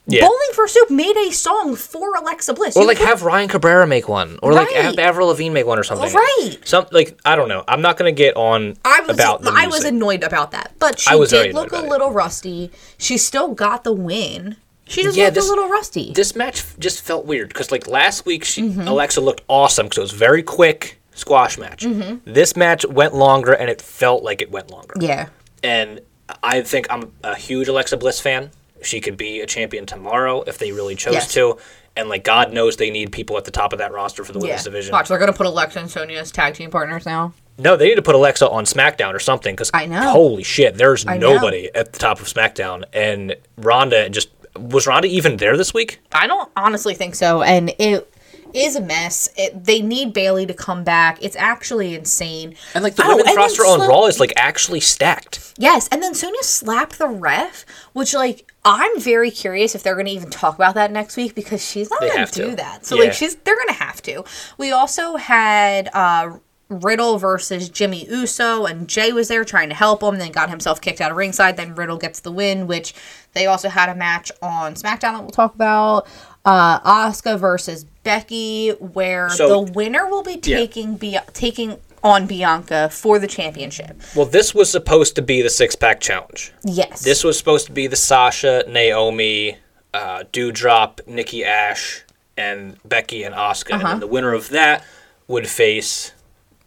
yeah Bowling for Soup made a song for Alexa Bliss. or You like could- have Ryan Cabrera make one, or like have Right. Avril Lavigne make one, or something. Right. Some like I don't know. I'm not gonna get on I was about the I was music. annoyed about that, but she I was very did annoyed look a about it. little rusty. She still got the win. She just Yeah, looked this- a little rusty. this match f- just felt weird because like last week she Mm-hmm. alexa looked awesome because it was very quick squash match this match went longer and it felt like it went longer Mm-hmm. yeah. and I think I'm a huge Alexa Bliss fan. She could be a champion tomorrow if they really chose Yes. to. And like God knows they need people at the top of that roster for the Yeah. women's division. Watch, they're gonna put Alexa and Sonya as tag team partners now. No, they need to put Alexa on SmackDown or something because I know. holy shit, there's know. nobody at the top of SmackDown. And Ronda just was Ronda even there this week? I don't honestly think so. And it is a mess. It, they need Bailey to come back. It's actually insane. And like the Oh, women's and then roster on Slo- Raw is like actually stacked. Yes, and then Sonya slapped the ref, which like I'm very curious if they're going to even talk about that next week because she's not They going have to do to. that. So Yeah. like she's they're going to have to. We also had uh Riddle versus Jimmy Uso and Jay was there trying to help him, then got himself kicked out of ringside. Then Riddle gets the win, which they also had a match on SmackDown that we'll talk about. Uh Asuka versus Becky, where So- the winner will be taking be taking on Bianca for the championship. Well, this was supposed to be the six pack challenge. Yes. This was supposed to be the Sasha, Naomi, uh, Dewdrop, Nikki Ash, and Becky and Asuka. Uh-huh. And then the winner of that would face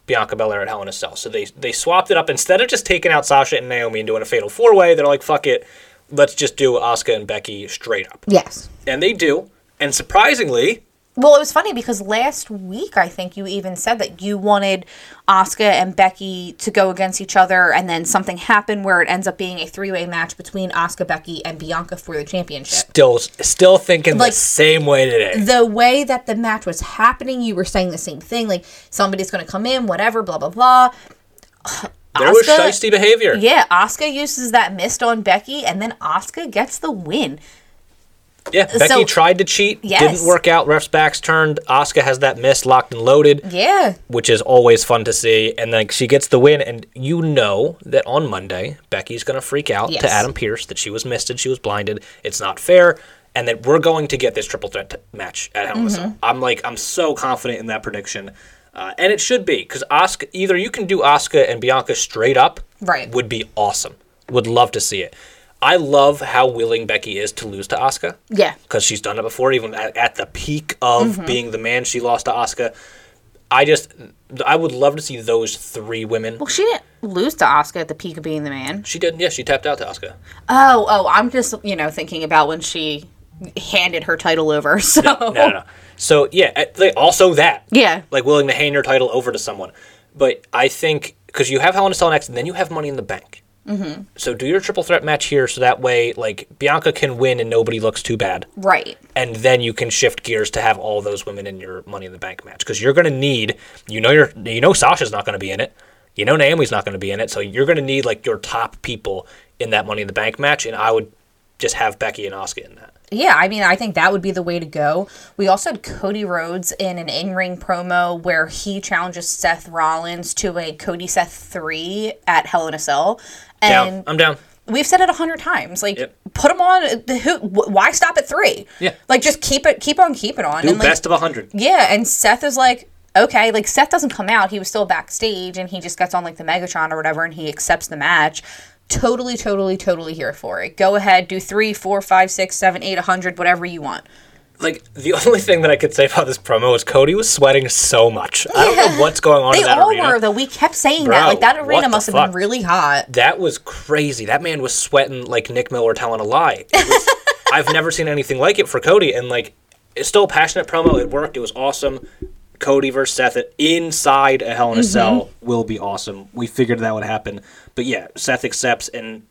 Bianca Belair at Hell in a Cell. So they, they swapped it up. Instead of just taking out Sasha and Naomi and doing a fatal four way, they're like, fuck it. Let's just do Asuka and Becky straight up. Yes. And they do. And surprisingly, Well, it was funny because last week I think you even said that you wanted Asuka and Becky to go against each other, and then something happened where it ends up being a three-way match between Asuka, Becky, and Bianca for the championship. still still thinking Like- the same way today. The way that the match was happening, you were saying the same thing, like somebody's going to come in, whatever, blah blah blah. There was Asuka- shisty behavior. Yeah, Asuka uses that mist on Becky, and then Asuka gets the win. Yeah, Becky So- tried to cheat, Yes. didn't work out. Ref's backs turned. Asuka has that miss locked and loaded, Yeah, which is always fun to see. And like she gets the win, and you know that on Monday Becky's gonna freak out Yes. to Adam Pierce that she was misted, she was blinded. It's not fair, and that we're going to get this triple threat t- match at Mm-hmm. Hell in a Cell. I'm like I'm so confident in that prediction. Uh, and it should be because Asuka. Either you can do Asuka and Bianca straight up, Right. Would be awesome. Would love to see it. I love how willing Becky is to lose to Asuka yeah, Mm-hmm. because she's done it before, even at, at the peak of being the man she lost to Asuka. I just, I would love to see those three women. Well, she didn't lose to Asuka at the peak of being the man. She did, yeah, she tapped out to Asuka. Oh, oh, I'm just, you know, thinking about when she handed her title over. So, No, no, no. So, yeah, I- they, also that. Oh. Yeah. Like willing to hand your title over to someone. But I think, because you have Hell in a Cell next, and then you have Money in the Bank. Mm-hmm. So do your triple threat match here so that way, like, Bianca can win and nobody looks too bad. right. and then you can shift gears to have all those women in your Money in the Bank match because you're going to need you know your you know Sasha's not going to be in it, you know Naomi's not going to be in it, so you're going to need like your top people in that Money in the Bank match, and I would just have Becky and Oscar in that. Yeah, I mean, I think that would be the way to go. We also had Cody Rhodes in an in ring promo where he challenges Seth Rollins to a Cody Seth 3 at Hell in a Cell. Down, And I'm down. we've said it a hundred times. Like, Um, Yep. put them on. uh, Who, wh- why stop at three? Yeah. Like, just keep it, keep on keeping on. Do and, like, best of hundred. Yeah, and Seth is like, okay, like Seth doesn't come out. He was still backstage, and he just gets on like the Megatron or whatever, and he accepts the match. Totally, totally, totally here for it. Go ahead, do three, four, five, six, seven, eight, a hundred, whatever you want. Like the only thing that I could say about this promo is Cody was sweating so much. I don't know what's going on They in that all arena. were though. We kept saying that. Bro, Like that what arena the must have fuck? been really hot. That was crazy. That man was sweating like Nick Miller telling a lie. It was- I've never seen anything like it for Cody, and like it's still a passionate promo. It worked. It was awesome. Cody versus Seth inside a Hell in a Mm-hmm. Cell will be awesome. We figured that would happen, but yeah, Seth accepts, and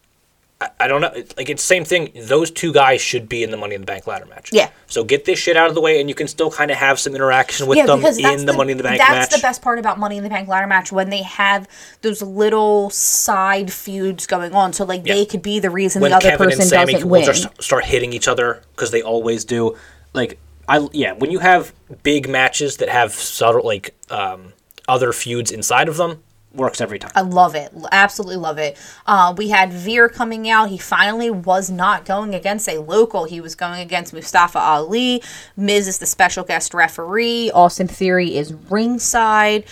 I, I don't know. It's, like it's the same thing. Those two guys should be in the Money in the Bank ladder match. Yeah. So get this shit out of the way, and you can still kind of have some interaction with Yeah, them because that's in the, Money in the Bank that's match. the best part about Money in the Bank ladder match when they have those little side feuds going on. So like Yeah. they could be the reason when the other Kevin person and Sammy doesn't will win. just start hitting each other because they always do. Like I yeah, when you have big matches that have subtle like um, other feuds inside of them, works every time. I love it. L- Absolutely love it. Uh, we had Veer coming out. He finally was not going against a local. He was going against Mustafa Ali. Miz is the special guest referee. Austin Theory is ringside.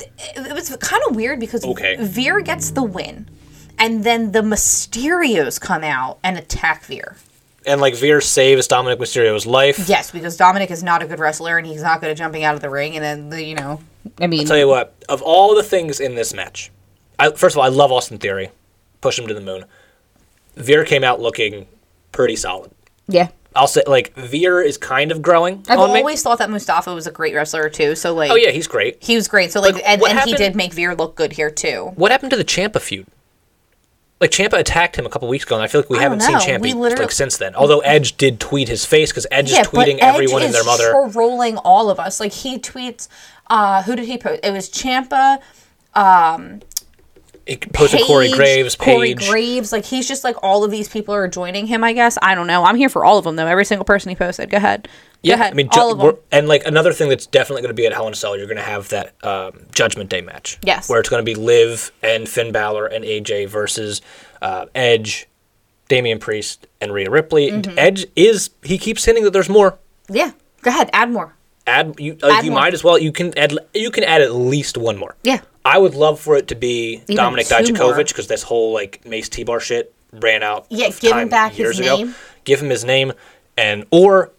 It it was kind of weird because Okay. Veer gets the win. And then the Mysterios come out and attack Veer. and like Veer saves Dominic Mysterio's life. Yes, because Dominic is not a good wrestler and he's not good at jumping out of the ring. And then, the, you know, I mean, Tell you what, of all the things in this match, I, first of all, I love Austin Theory. Push him to the moon. Veer came out looking pretty solid. yeah. I'll say like Veer is kind of growing I've on me. always thought that Mustafa was a great wrestler too. So like, oh yeah, he's great. He was great. So like, and, what and he happened- did make Veer look good here too. What happened to the Champa feud? like Champa attacked him a couple weeks ago, and I feel like we I haven't don't seen know. Champa We literally- like since then. Although Edge did tweet his face because Edge is tweeting Edge everyone and their is mother. Trolling all of us. Like he tweets, uh, who did he post? It was Champa, um, It posted Corey Graves, Corey Paige. Graves. Like he's just like all of these people are joining him. I guess I don't know. I'm here for all of them though. Every single person he posted. Go ahead. Go yeah, ahead. I mean, ju- all of we're- them. and like another thing that's definitely going to be at Hell in a Cell, you're going to have that um, Judgment Day match. Yes. where it's going to be Liv and Finn Balor and AJ versus uh, Edge, Damian Priest, and Rhea Ripley. Mm-hmm. Edge is he keeps hinting that there's more. Yeah. Go ahead. Add more. add you like, Add you more. might as well you can add you can add at least one more. Yeah. I would love for it to be Dominic two more. Dijakovic because this whole like Mace T bar shit ran out. Yeah, of give him time back his years ago. name. Give him his name and or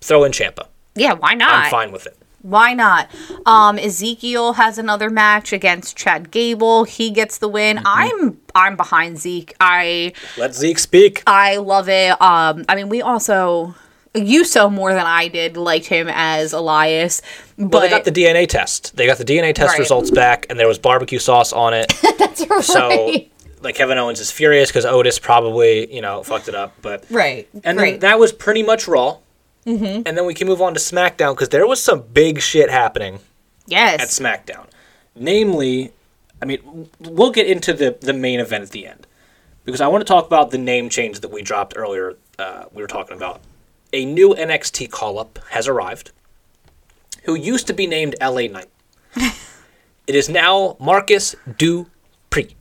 throw in Champa. Yeah. Why not? I'm fine with it. Why not? Um, Ezekiel has another match against Chad Gable. He gets the win. Mm-hmm. I'm I'm behind Zeke. I Let Zeke speak. I love it. Um, I mean, we also you so more than I did liked him as Elias, but well, they got the DNA test. They got the DNA test Right. results back, and there was barbecue sauce on it. So, like Kevin Owens is furious because Otis probably you know fucked it up. But right, And then right. that was pretty much Raw. Mm-hmm. And then we can move on to SmackDown because there was some big shit happening at yes, SmackDown. Namely, I mean, w- we'll get into the, the main event at the end because I want to talk about the name change that we dropped earlier. Uh, we were talking about a new NXT call up has arrived who used to be named LA Knight. it is now Marcus Dupree.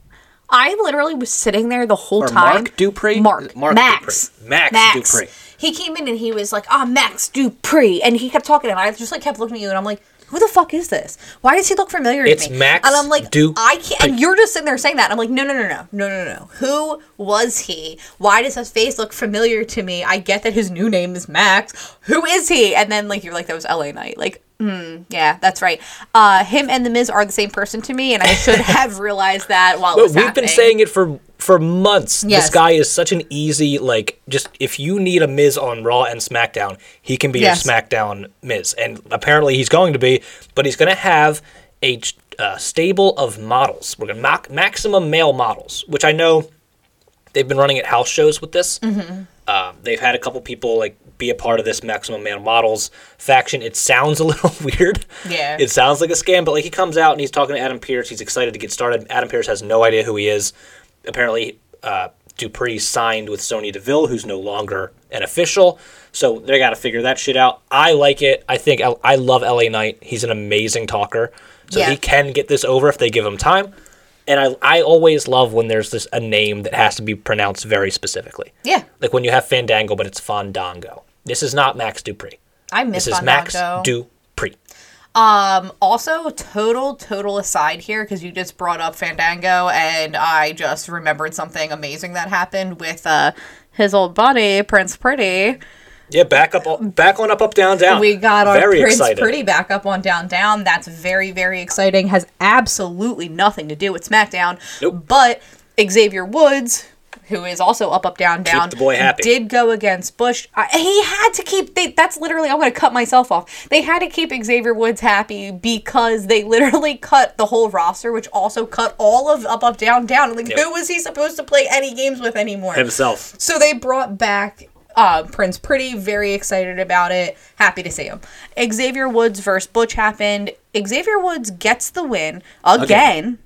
I literally was sitting there the whole Or time. Mark Dupree? Mark, Mark Max, Dupree. Max Dupree. He came in and he was like, "Ah, Max Dupree," and he kept talking, and I just like kept looking at you, and I'm like. Who the fuck is this? Why does he look familiar It's to me? Max and I'm like, Dupree. I can't. And you're just sitting there saying that. I'm like, no, no, no, no, no, no, no. Who was he? Why does his face look familiar to me? I get that his new name is Max. Who is he? And then like you're like that was L.A. Knight. Like, mm, yeah, that's right. Uh, him and the Miz are the same person to me, and I should have realized that while it But was we've happening. been saying it for for months. Yes. This guy is such an easy like. Just if you need a Miz on Raw and SmackDown, he can be Yes. your SmackDown Miz, and apparently he's going to be. But he's going to have a ch- uh, stable of models. We're going to mock maximum male models, which I know they've been running at house shows with this. Mm-hmm. Um, they've had a couple people like be a part of this maximum male models faction. It sounds a little weird. Yeah. It sounds like a scam, but like he comes out and he's talking to Adam Pierce. He's excited to get started. Adam Pierce has no idea who he is. Apparently, uh, Dupree signed with Sonya Deville, who's no longer an official. So they got to figure that shit out. I like it. I think I, I love LA Knight. He's an amazing talker. So Yeah. he can get this over if they give him time. And I, I always love when there's this a name that has to be pronounced very specifically. Yeah. Like when you have Fandango, but it's Fandango. This is not Max Dupree. I miss This is Max Fandango. Dupree. Um, also, total, total aside here, because you just brought up Fandango, and I just remembered something amazing that happened with uh, his old buddy, Prince Pretty. Yeah, back up, back on up, up, down, down. We got our very Prince excited. Pretty back up on Down Down. That's very, very exciting. Has absolutely nothing to do with SmackDown. Nope. But Xavier Woods, who is also up, up, down, down, the boy happy. did go against Bush. I, he had to keep. They, that's literally. I'm going to cut myself off. They had to keep Xavier Woods happy because they literally cut the whole roster, which also cut all of up, up, down, down. Like, Yep. who was he supposed to play any games with anymore? himself. So they brought back uh, Prince Pretty, very excited about it, happy to see him. Xavier Woods versus Butch happened. Xavier Woods gets the win again. Yeah.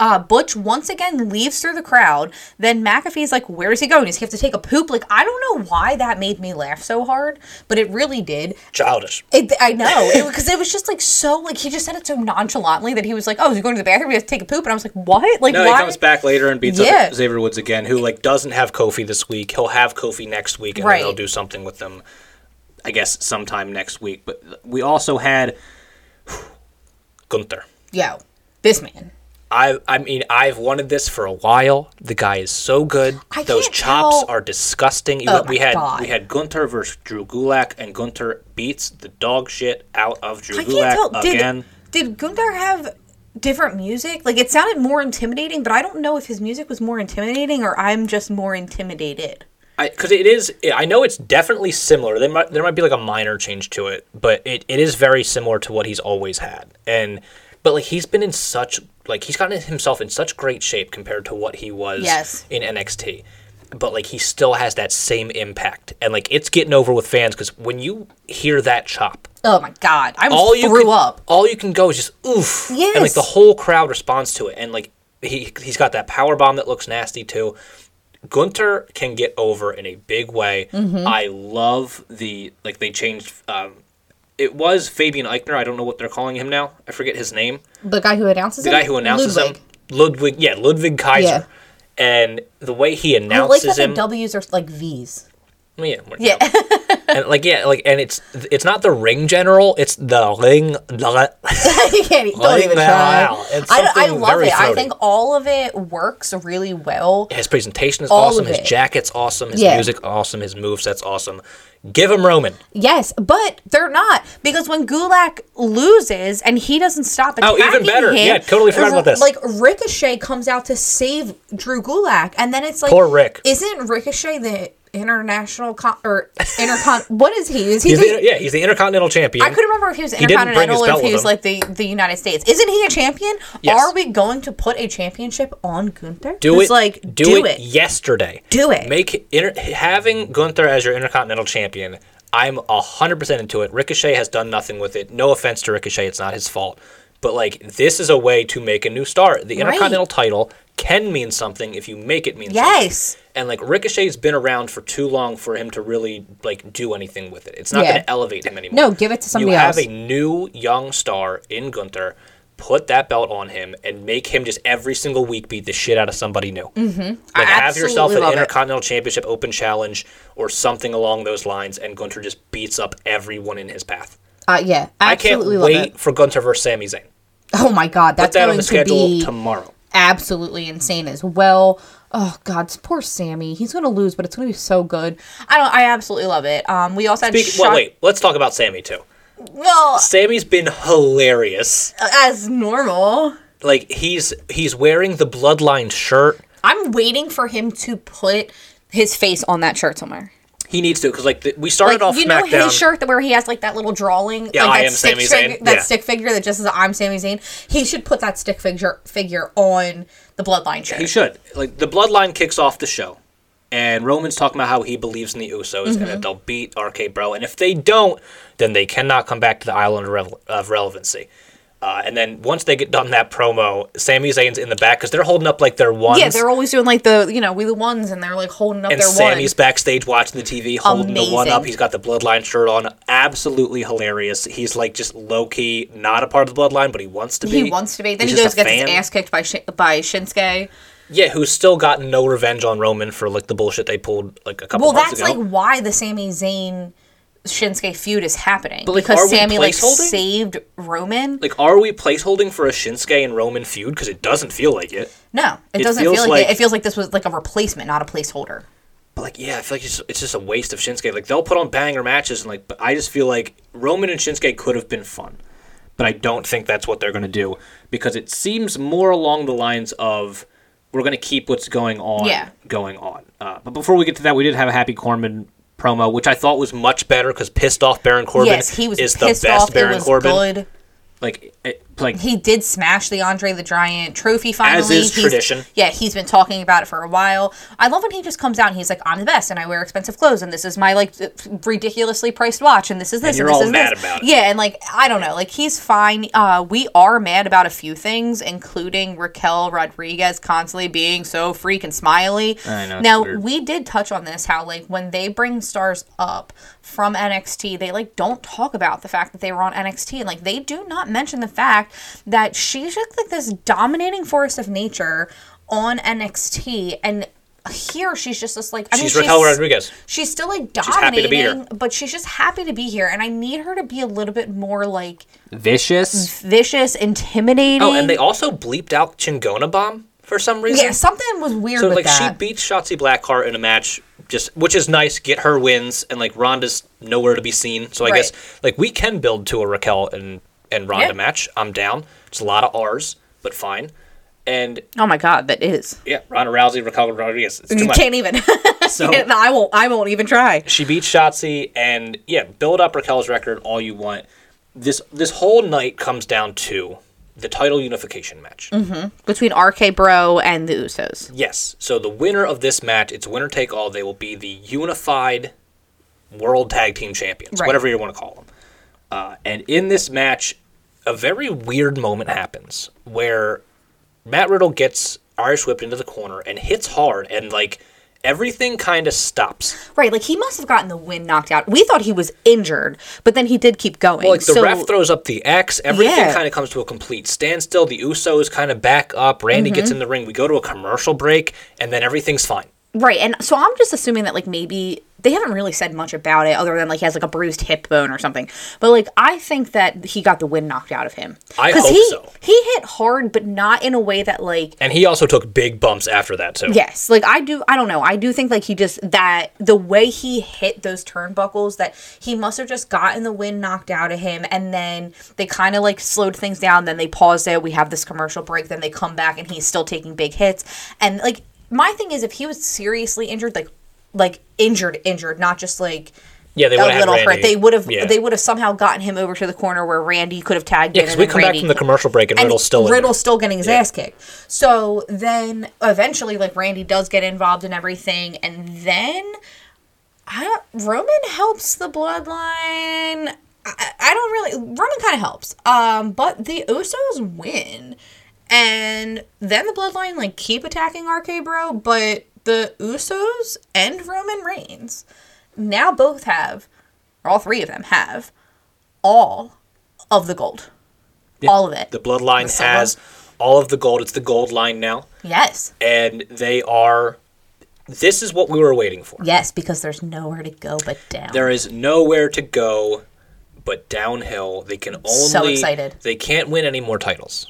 Uh, Butch once again leaves through the crowd. Then McAfee's like, Where is he going? Does he have to take a poop? Like, I don't know why that made me laugh so hard, but it really did. Childish. It, I know because it, was just like so like he just said it so nonchalantly that he was like, "Oh, is he going to the bathroom? He has to take a poop." And I was like, "What?" Like, No, why? he comes back later and beats Yeah. up Xavier Woods again, who like doesn't have Kofi this week. He'll have Kofi next week, and Right. then they'll do something with them. I guess sometime next week. But we also had Gunther. Yo, this man. I I mean I've wanted this for a while. The guy is so good. I Those can't chops tell- are disgusting. You- Oh we my had God. we had Gunter versus Drew Gulak, and Gunter beats the dog shit out of Drew I can't Gulak tell. again. Did did Gunther have different music? Like it sounded more intimidating, but I don't know if his music was more intimidating or I'm just more intimidated. Because it is, I know it's definitely similar. There might there might be like a minor change to it, but it, it is very similar to what he's always had. And but like he's been in such like he's gotten himself in such great shape compared to what he was Yes. in NXT. But like he still has that same impact, and like it's getting over with fans because when you hear that chop, Oh my god, I all almost you threw can, up. All you can go is just oof. And like Yes. the whole crowd responds to it, and like he he's got that power bomb that looks nasty too. Gunter can get over in a big way. Mm-hmm. I love the like they changed. Um, it was Fabian Eichner. I don't know what they're calling him now. I forget his name. The guy who announces The him? guy who announces Ludwig. him, Ludwig. Yeah, Ludwig Kaiser. Yeah. And the way he I like announces that him, the W's are like V's. well, yeah, we're- Yeah. and like yeah, like and it's it's not the ring general, it's the ring. you can't e- don't Like even that. try. Wow. It's I, I something love very it. I throaty. think all of it works really well. His presentation is All awesome. of His it. jacket's awesome. His Yeah. music awesome. His moveset's awesome. Give him Roman. Yes, but they're not because when Gulak loses and he doesn't stop Oh, attacking even better. him, Yeah, totally forgot about this. Like Ricochet comes out to save Drew Gulak, and then it's like Poor Rick. Isn't Ricochet the international con- or intercon? what is he? Is he? He's the- the, inter- yeah, he's the Intercontinental Champion. I couldn't remember if he was didn't bring his intercontinental or belt if he with was him. like the, the United States. Isn't he a champion? Yes. Are we going to put a championship on Gunther? do It's it Like do, it, yesterday. Do it. Make inter- having Gunther as your Intercontinental Champion. I'm hundred percent into it. Ricochet has done nothing with it. No offense to Ricochet, it's not his fault. But like this is a way to make a new star. The Intercontinental title can mean something if you make it mean something. Yes. And like Ricochet's been around for too long for him to really like do anything with it. It's not Yeah. going to elevate him anymore. No, give it to somebody You else. have a new young star in Gunther. Put that belt on him and make him just every single week beat the shit out of somebody new. Mm-hmm. Like I have yourself absolutely an love it. Intercontinental Championship Open Challenge or something along those lines, and Gunther just beats up everyone in his path. Uh, yeah, I can't absolutely love wait it. for Gunther versus Sami Zayn. Oh my god, that's Put that going on the to schedule be tomorrow. absolutely insane as well. Oh god, poor Sammy. He's gonna lose, but it's gonna be so good. I don't. I absolutely love it. Um, we also had Speak- Sha- well, wait. Let's talk about Sammy too. Well, Sammy's been hilarious. as normal, like he's he's wearing the bloodline shirt I'm waiting for him to put his face on that shirt somewhere. he needs to because like the, we started Like, off you know smackdown his shirt that where he has like that little drawing, Yeah, like I that am stick Sami figure, Zayn. that Yeah. stick figure that just says "I'm Sami Zayn." He should put that stick figure figure on the Bloodline shirt. he should like the bloodline kicks off the show and roman's talking about how he believes in the usos and Mm-hmm. that they'll beat rk bro and if they don't then they cannot come back to the island of, revel- of relevancy uh, and then once they get done that promo, Sami Zayn's in the back because they're holding up like their ones. yeah, they're always doing like the you know we the ones, and they're like holding up and their Sammy's ones. backstage watching the TV, holding the one Amazing. up. He's got the Bloodline shirt on. Absolutely hilarious. He's like just low key, not a part of the Bloodline, but he wants to be. He wants to be. Then He's he just goes a gets his fan. ass kicked by Sh- by Shinsuke. Yeah, who's still gotten no revenge on Roman for like the bullshit they pulled like a couple Well, months that's ago. like why the Sami Zayn Shinsuke feud is happening like, are because we Sammy like placeholding? saved Roman. like, are we placeholding for a Shinsuke and Roman feud? Because it doesn't feel like it. No, it, It doesn't feels feel like, it. like- It feels like this was like a replacement, not a placeholder. But like, yeah, I feel like it's, it's just a waste of Shinsuke. Like they'll put on banger matches, and like, but I just feel like Roman and Shinsuke could have been fun, but I don't think that's what they're gonna do because it seems more along the lines of we're gonna keep what's going on Yeah. going on. Uh, but before we get to that, we did have a Happy Corman promo, which I thought was much better because pissed off Baron Corbin yes, he was is the pissed best off. Baron it was Corbin. good. Like, it, like He did smash the Andre the Giant trophy finally. is He's- tradition. Yeah, he's been talking about it for a while. I love when he just comes out and he's like, "I'm the best, and I wear expensive clothes, and this is my like ridiculously priced watch, and this is this, and, you're this all is mad this." about it. Yeah, and like I don't know, like he's fine. Uh, we are mad about a few things, including Raquel Rodriguez constantly being so freaking smiley. I know, it's Now weird. we did touch on this how like when they bring stars up from NXT, they like don't talk about the fact that they were on NXT, and like they do not mention the fact that she's just like this dominating force of nature on NXT and. Here she's just this like I she's mean, Raquel she's, Rodriguez. she's still like happy to be here. dominating, but she's just happy to be here, and I need her to be a little bit more like Vicious. vicious, intimidating. Oh, and they also bleeped out Chingona Bomb for some reason. yeah, something was weird So with like she that. beats Shotzi Blackheart in a match, just which is nice. Get her wins, and like Ronda's nowhere to be seen. So I Right. guess like we can build to a Raquel and and Ronda Yeah. match. I'm down. It's a lot of R's, but fine. And oh my god, that is yeah, Ronda Rousey, Raquel Rodriguez. It's too you much. can't even. So- no, I won't. I won't even try. She beats Shotzi, and yeah, build up Raquel's record all you want. This this whole night comes down to the title unification match. between RK Bro and the Usos. Yes. So the winner of this match, it's winner take all. They will be the unified world tag team champions, Right. whatever you want to call them. Uh, and in this match, a very weird moment happens where Matt Riddle gets Irish whipped into the corner and hits hard, and like everything kind of stops. Right, like he must have gotten the wind knocked out. We thought he was injured, but then he did keep going. Like the so, ref throws up the X, everything Yeah. kind of comes to a complete standstill. The Usos kind of back up. Randy Mm-hmm. gets in the ring. We go to a commercial break, and then everything's fine. right, and so I'm just assuming that like maybe they haven't really said much about it other than like he has like a bruised hip bone or something. But like I think that he got the wind knocked out of him. I 'Cause hope he, so. He hit hard, but not in a way that like And he also took big bumps after that too. Yes, like I do. I don't know. I do think like he just that the way he hit those turnbuckles that he must have just gotten the wind knocked out of him, and then they kind of like slowed things down. Then they paused it. We have this commercial break. Then they come back, and he's still taking big hits. And like my thing is, if he was seriously injured, like like injured, injured, not just like. Yeah, they a would have little had Randy. hurt. They would have. Yeah. They would have somehow gotten him over to the corner where Randy could have tagged in. Because and we then come Randy- back from the commercial break and, Riddle's still in Riddle's there. still getting his ass kicked. So then eventually, like Randy does get involved in everything, and then I don't, Roman helps the bloodline. I, I don't really Roman kind of helps, um, but the Usos win, and then the bloodline like keep attacking RK Bro, but the Usos and Roman Reigns now both have, or all three of them have, all of the gold. All of it. The bloodline silver. has all of the gold. It's the gold line now, Yes. and they are. This is what we were waiting for. Yes, because there's nowhere to go but down. There is nowhere to go, but downhill. They can only. So excited. They can't win any more titles.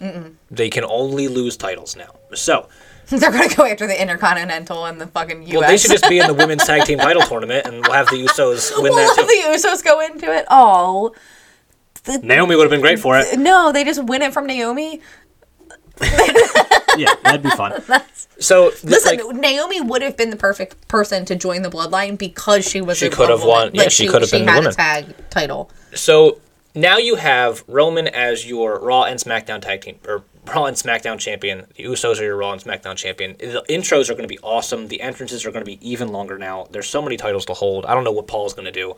They can only lose titles now. So They're going to go after the Intercontinental and the fucking US. well, they should just be in the women's tag team title tournament, and we'll have the Usos win Will that too. the Usos go into it. Oh. Naomi would have been great for it. No, they just win it from Naomi. Yeah, that'd be fun. so this, Listen, like- Naomi would have been the perfect person to join the bloodline because she was She a- could a have woman. won- yeah, she could have been the had woman. a tag title. So now you have Roman as your Raw and SmackDown tag team, or Raw and SmackDown champion. The Usos are your Raw and SmackDown champion. The intros are going to be awesome. The entrances are going to be even longer now. There's so many titles to hold. I don't know what Paul's going to do.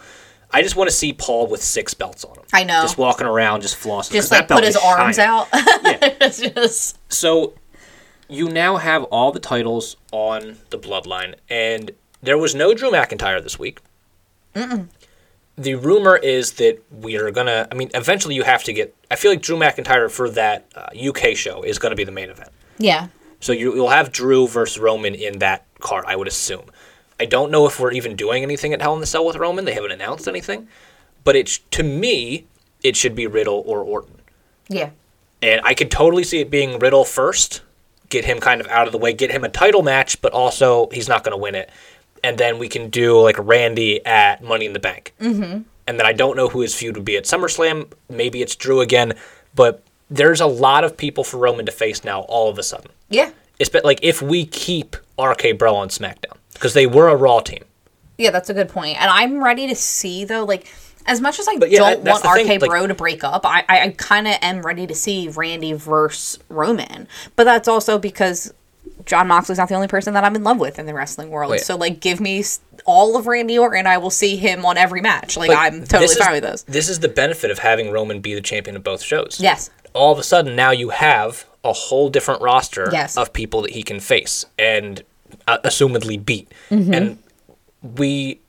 I just want to see Paul with six belts on him. I know. Just walking around, just flossing. 'cause Just that like belt put his is arms shining. out. Yeah. It's just So you now have all the titles on the bloodline, and there was no Drew McIntyre this week. The rumor is that we are gonna. I mean, eventually you have to get. I feel like Drew McIntyre for that uh, UK show is gonna be the main event. Yeah. So you, you'll have Drew versus Roman in that card, I would assume. I don't know if we're even doing anything at Hell in the Cell with Roman. They haven't announced anything, but it's to me it should be Riddle or Orton. Yeah. And I could totally see it being Riddle first, get him kind of out of the way, get him a title match, but also he's not going to win it. And then we can do like Randy at Money in the Bank. Mm-hmm. And then I don't know who his feud would be at SummerSlam. Maybe it's Drew again, but there's a lot of people for Roman to face now all of a sudden. Yeah. It's been, like if we keep RK Bro on SmackDown because they were a Raw team. Yeah, that's a good point. And I'm ready to see though, like as much as I yeah, that- don't that's want the RK thing, like- Bro to break up, I I, I kind of am ready to see Randy versus Roman. But that's also because John Moxley's not the only person that I'm in love with in the wrestling world. Wait. So like, give me s- all of Randy Orton, I will see him on every match. Like, I'm totally this is- fine with those. This is the benefit of having Roman be the champion of both shows. Yes. All of a sudden, now you have a whole different roster Yes. of people that he can face and uh, assumedly beat. Mm-hmm. And we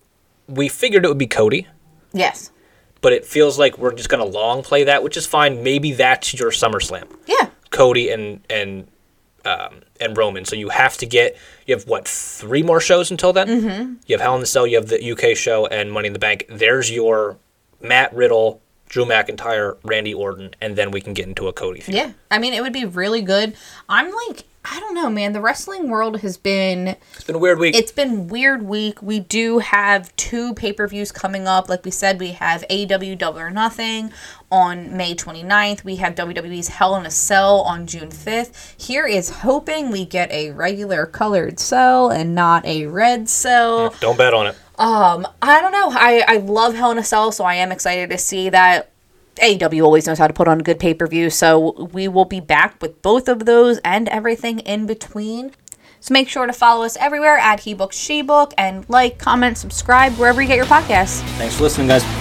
we figured it would be Cody, Yes. but it feels like we're just going to long play that, which is fine. Maybe that's your SummerSlam. Yeah. Cody and and um, and Roman. So you have to get you have what three more shows until then. Mm-hmm. You have Hell in the Cell, you have the UK show, and Money in the Bank. There's your Matt Riddle, Drew McIntyre, Randy Orton, and then we can get into a Cody. Feud. Yeah. I mean, it would be really good. I'm like, I don't know, man. The wrestling world has been it's been a weird week. it's been weird week. We do have two pay-per-views coming up. Like we said, we have AEW Double or Nothing on May 29th. We have WWE's Hell in a Cell on June 5th. Here is hoping we get a regular colored cell and not a red cell. Don't bet on it. Um, I don't know. I I love Hell in a Cell, so I am excited to see that AEW always knows how to put on a good pay per view, so we will be back with both of those and everything in between. So make sure to follow us everywhere at HeBookSheBook and like, comment, subscribe wherever you get your podcasts. Thanks for listening, guys.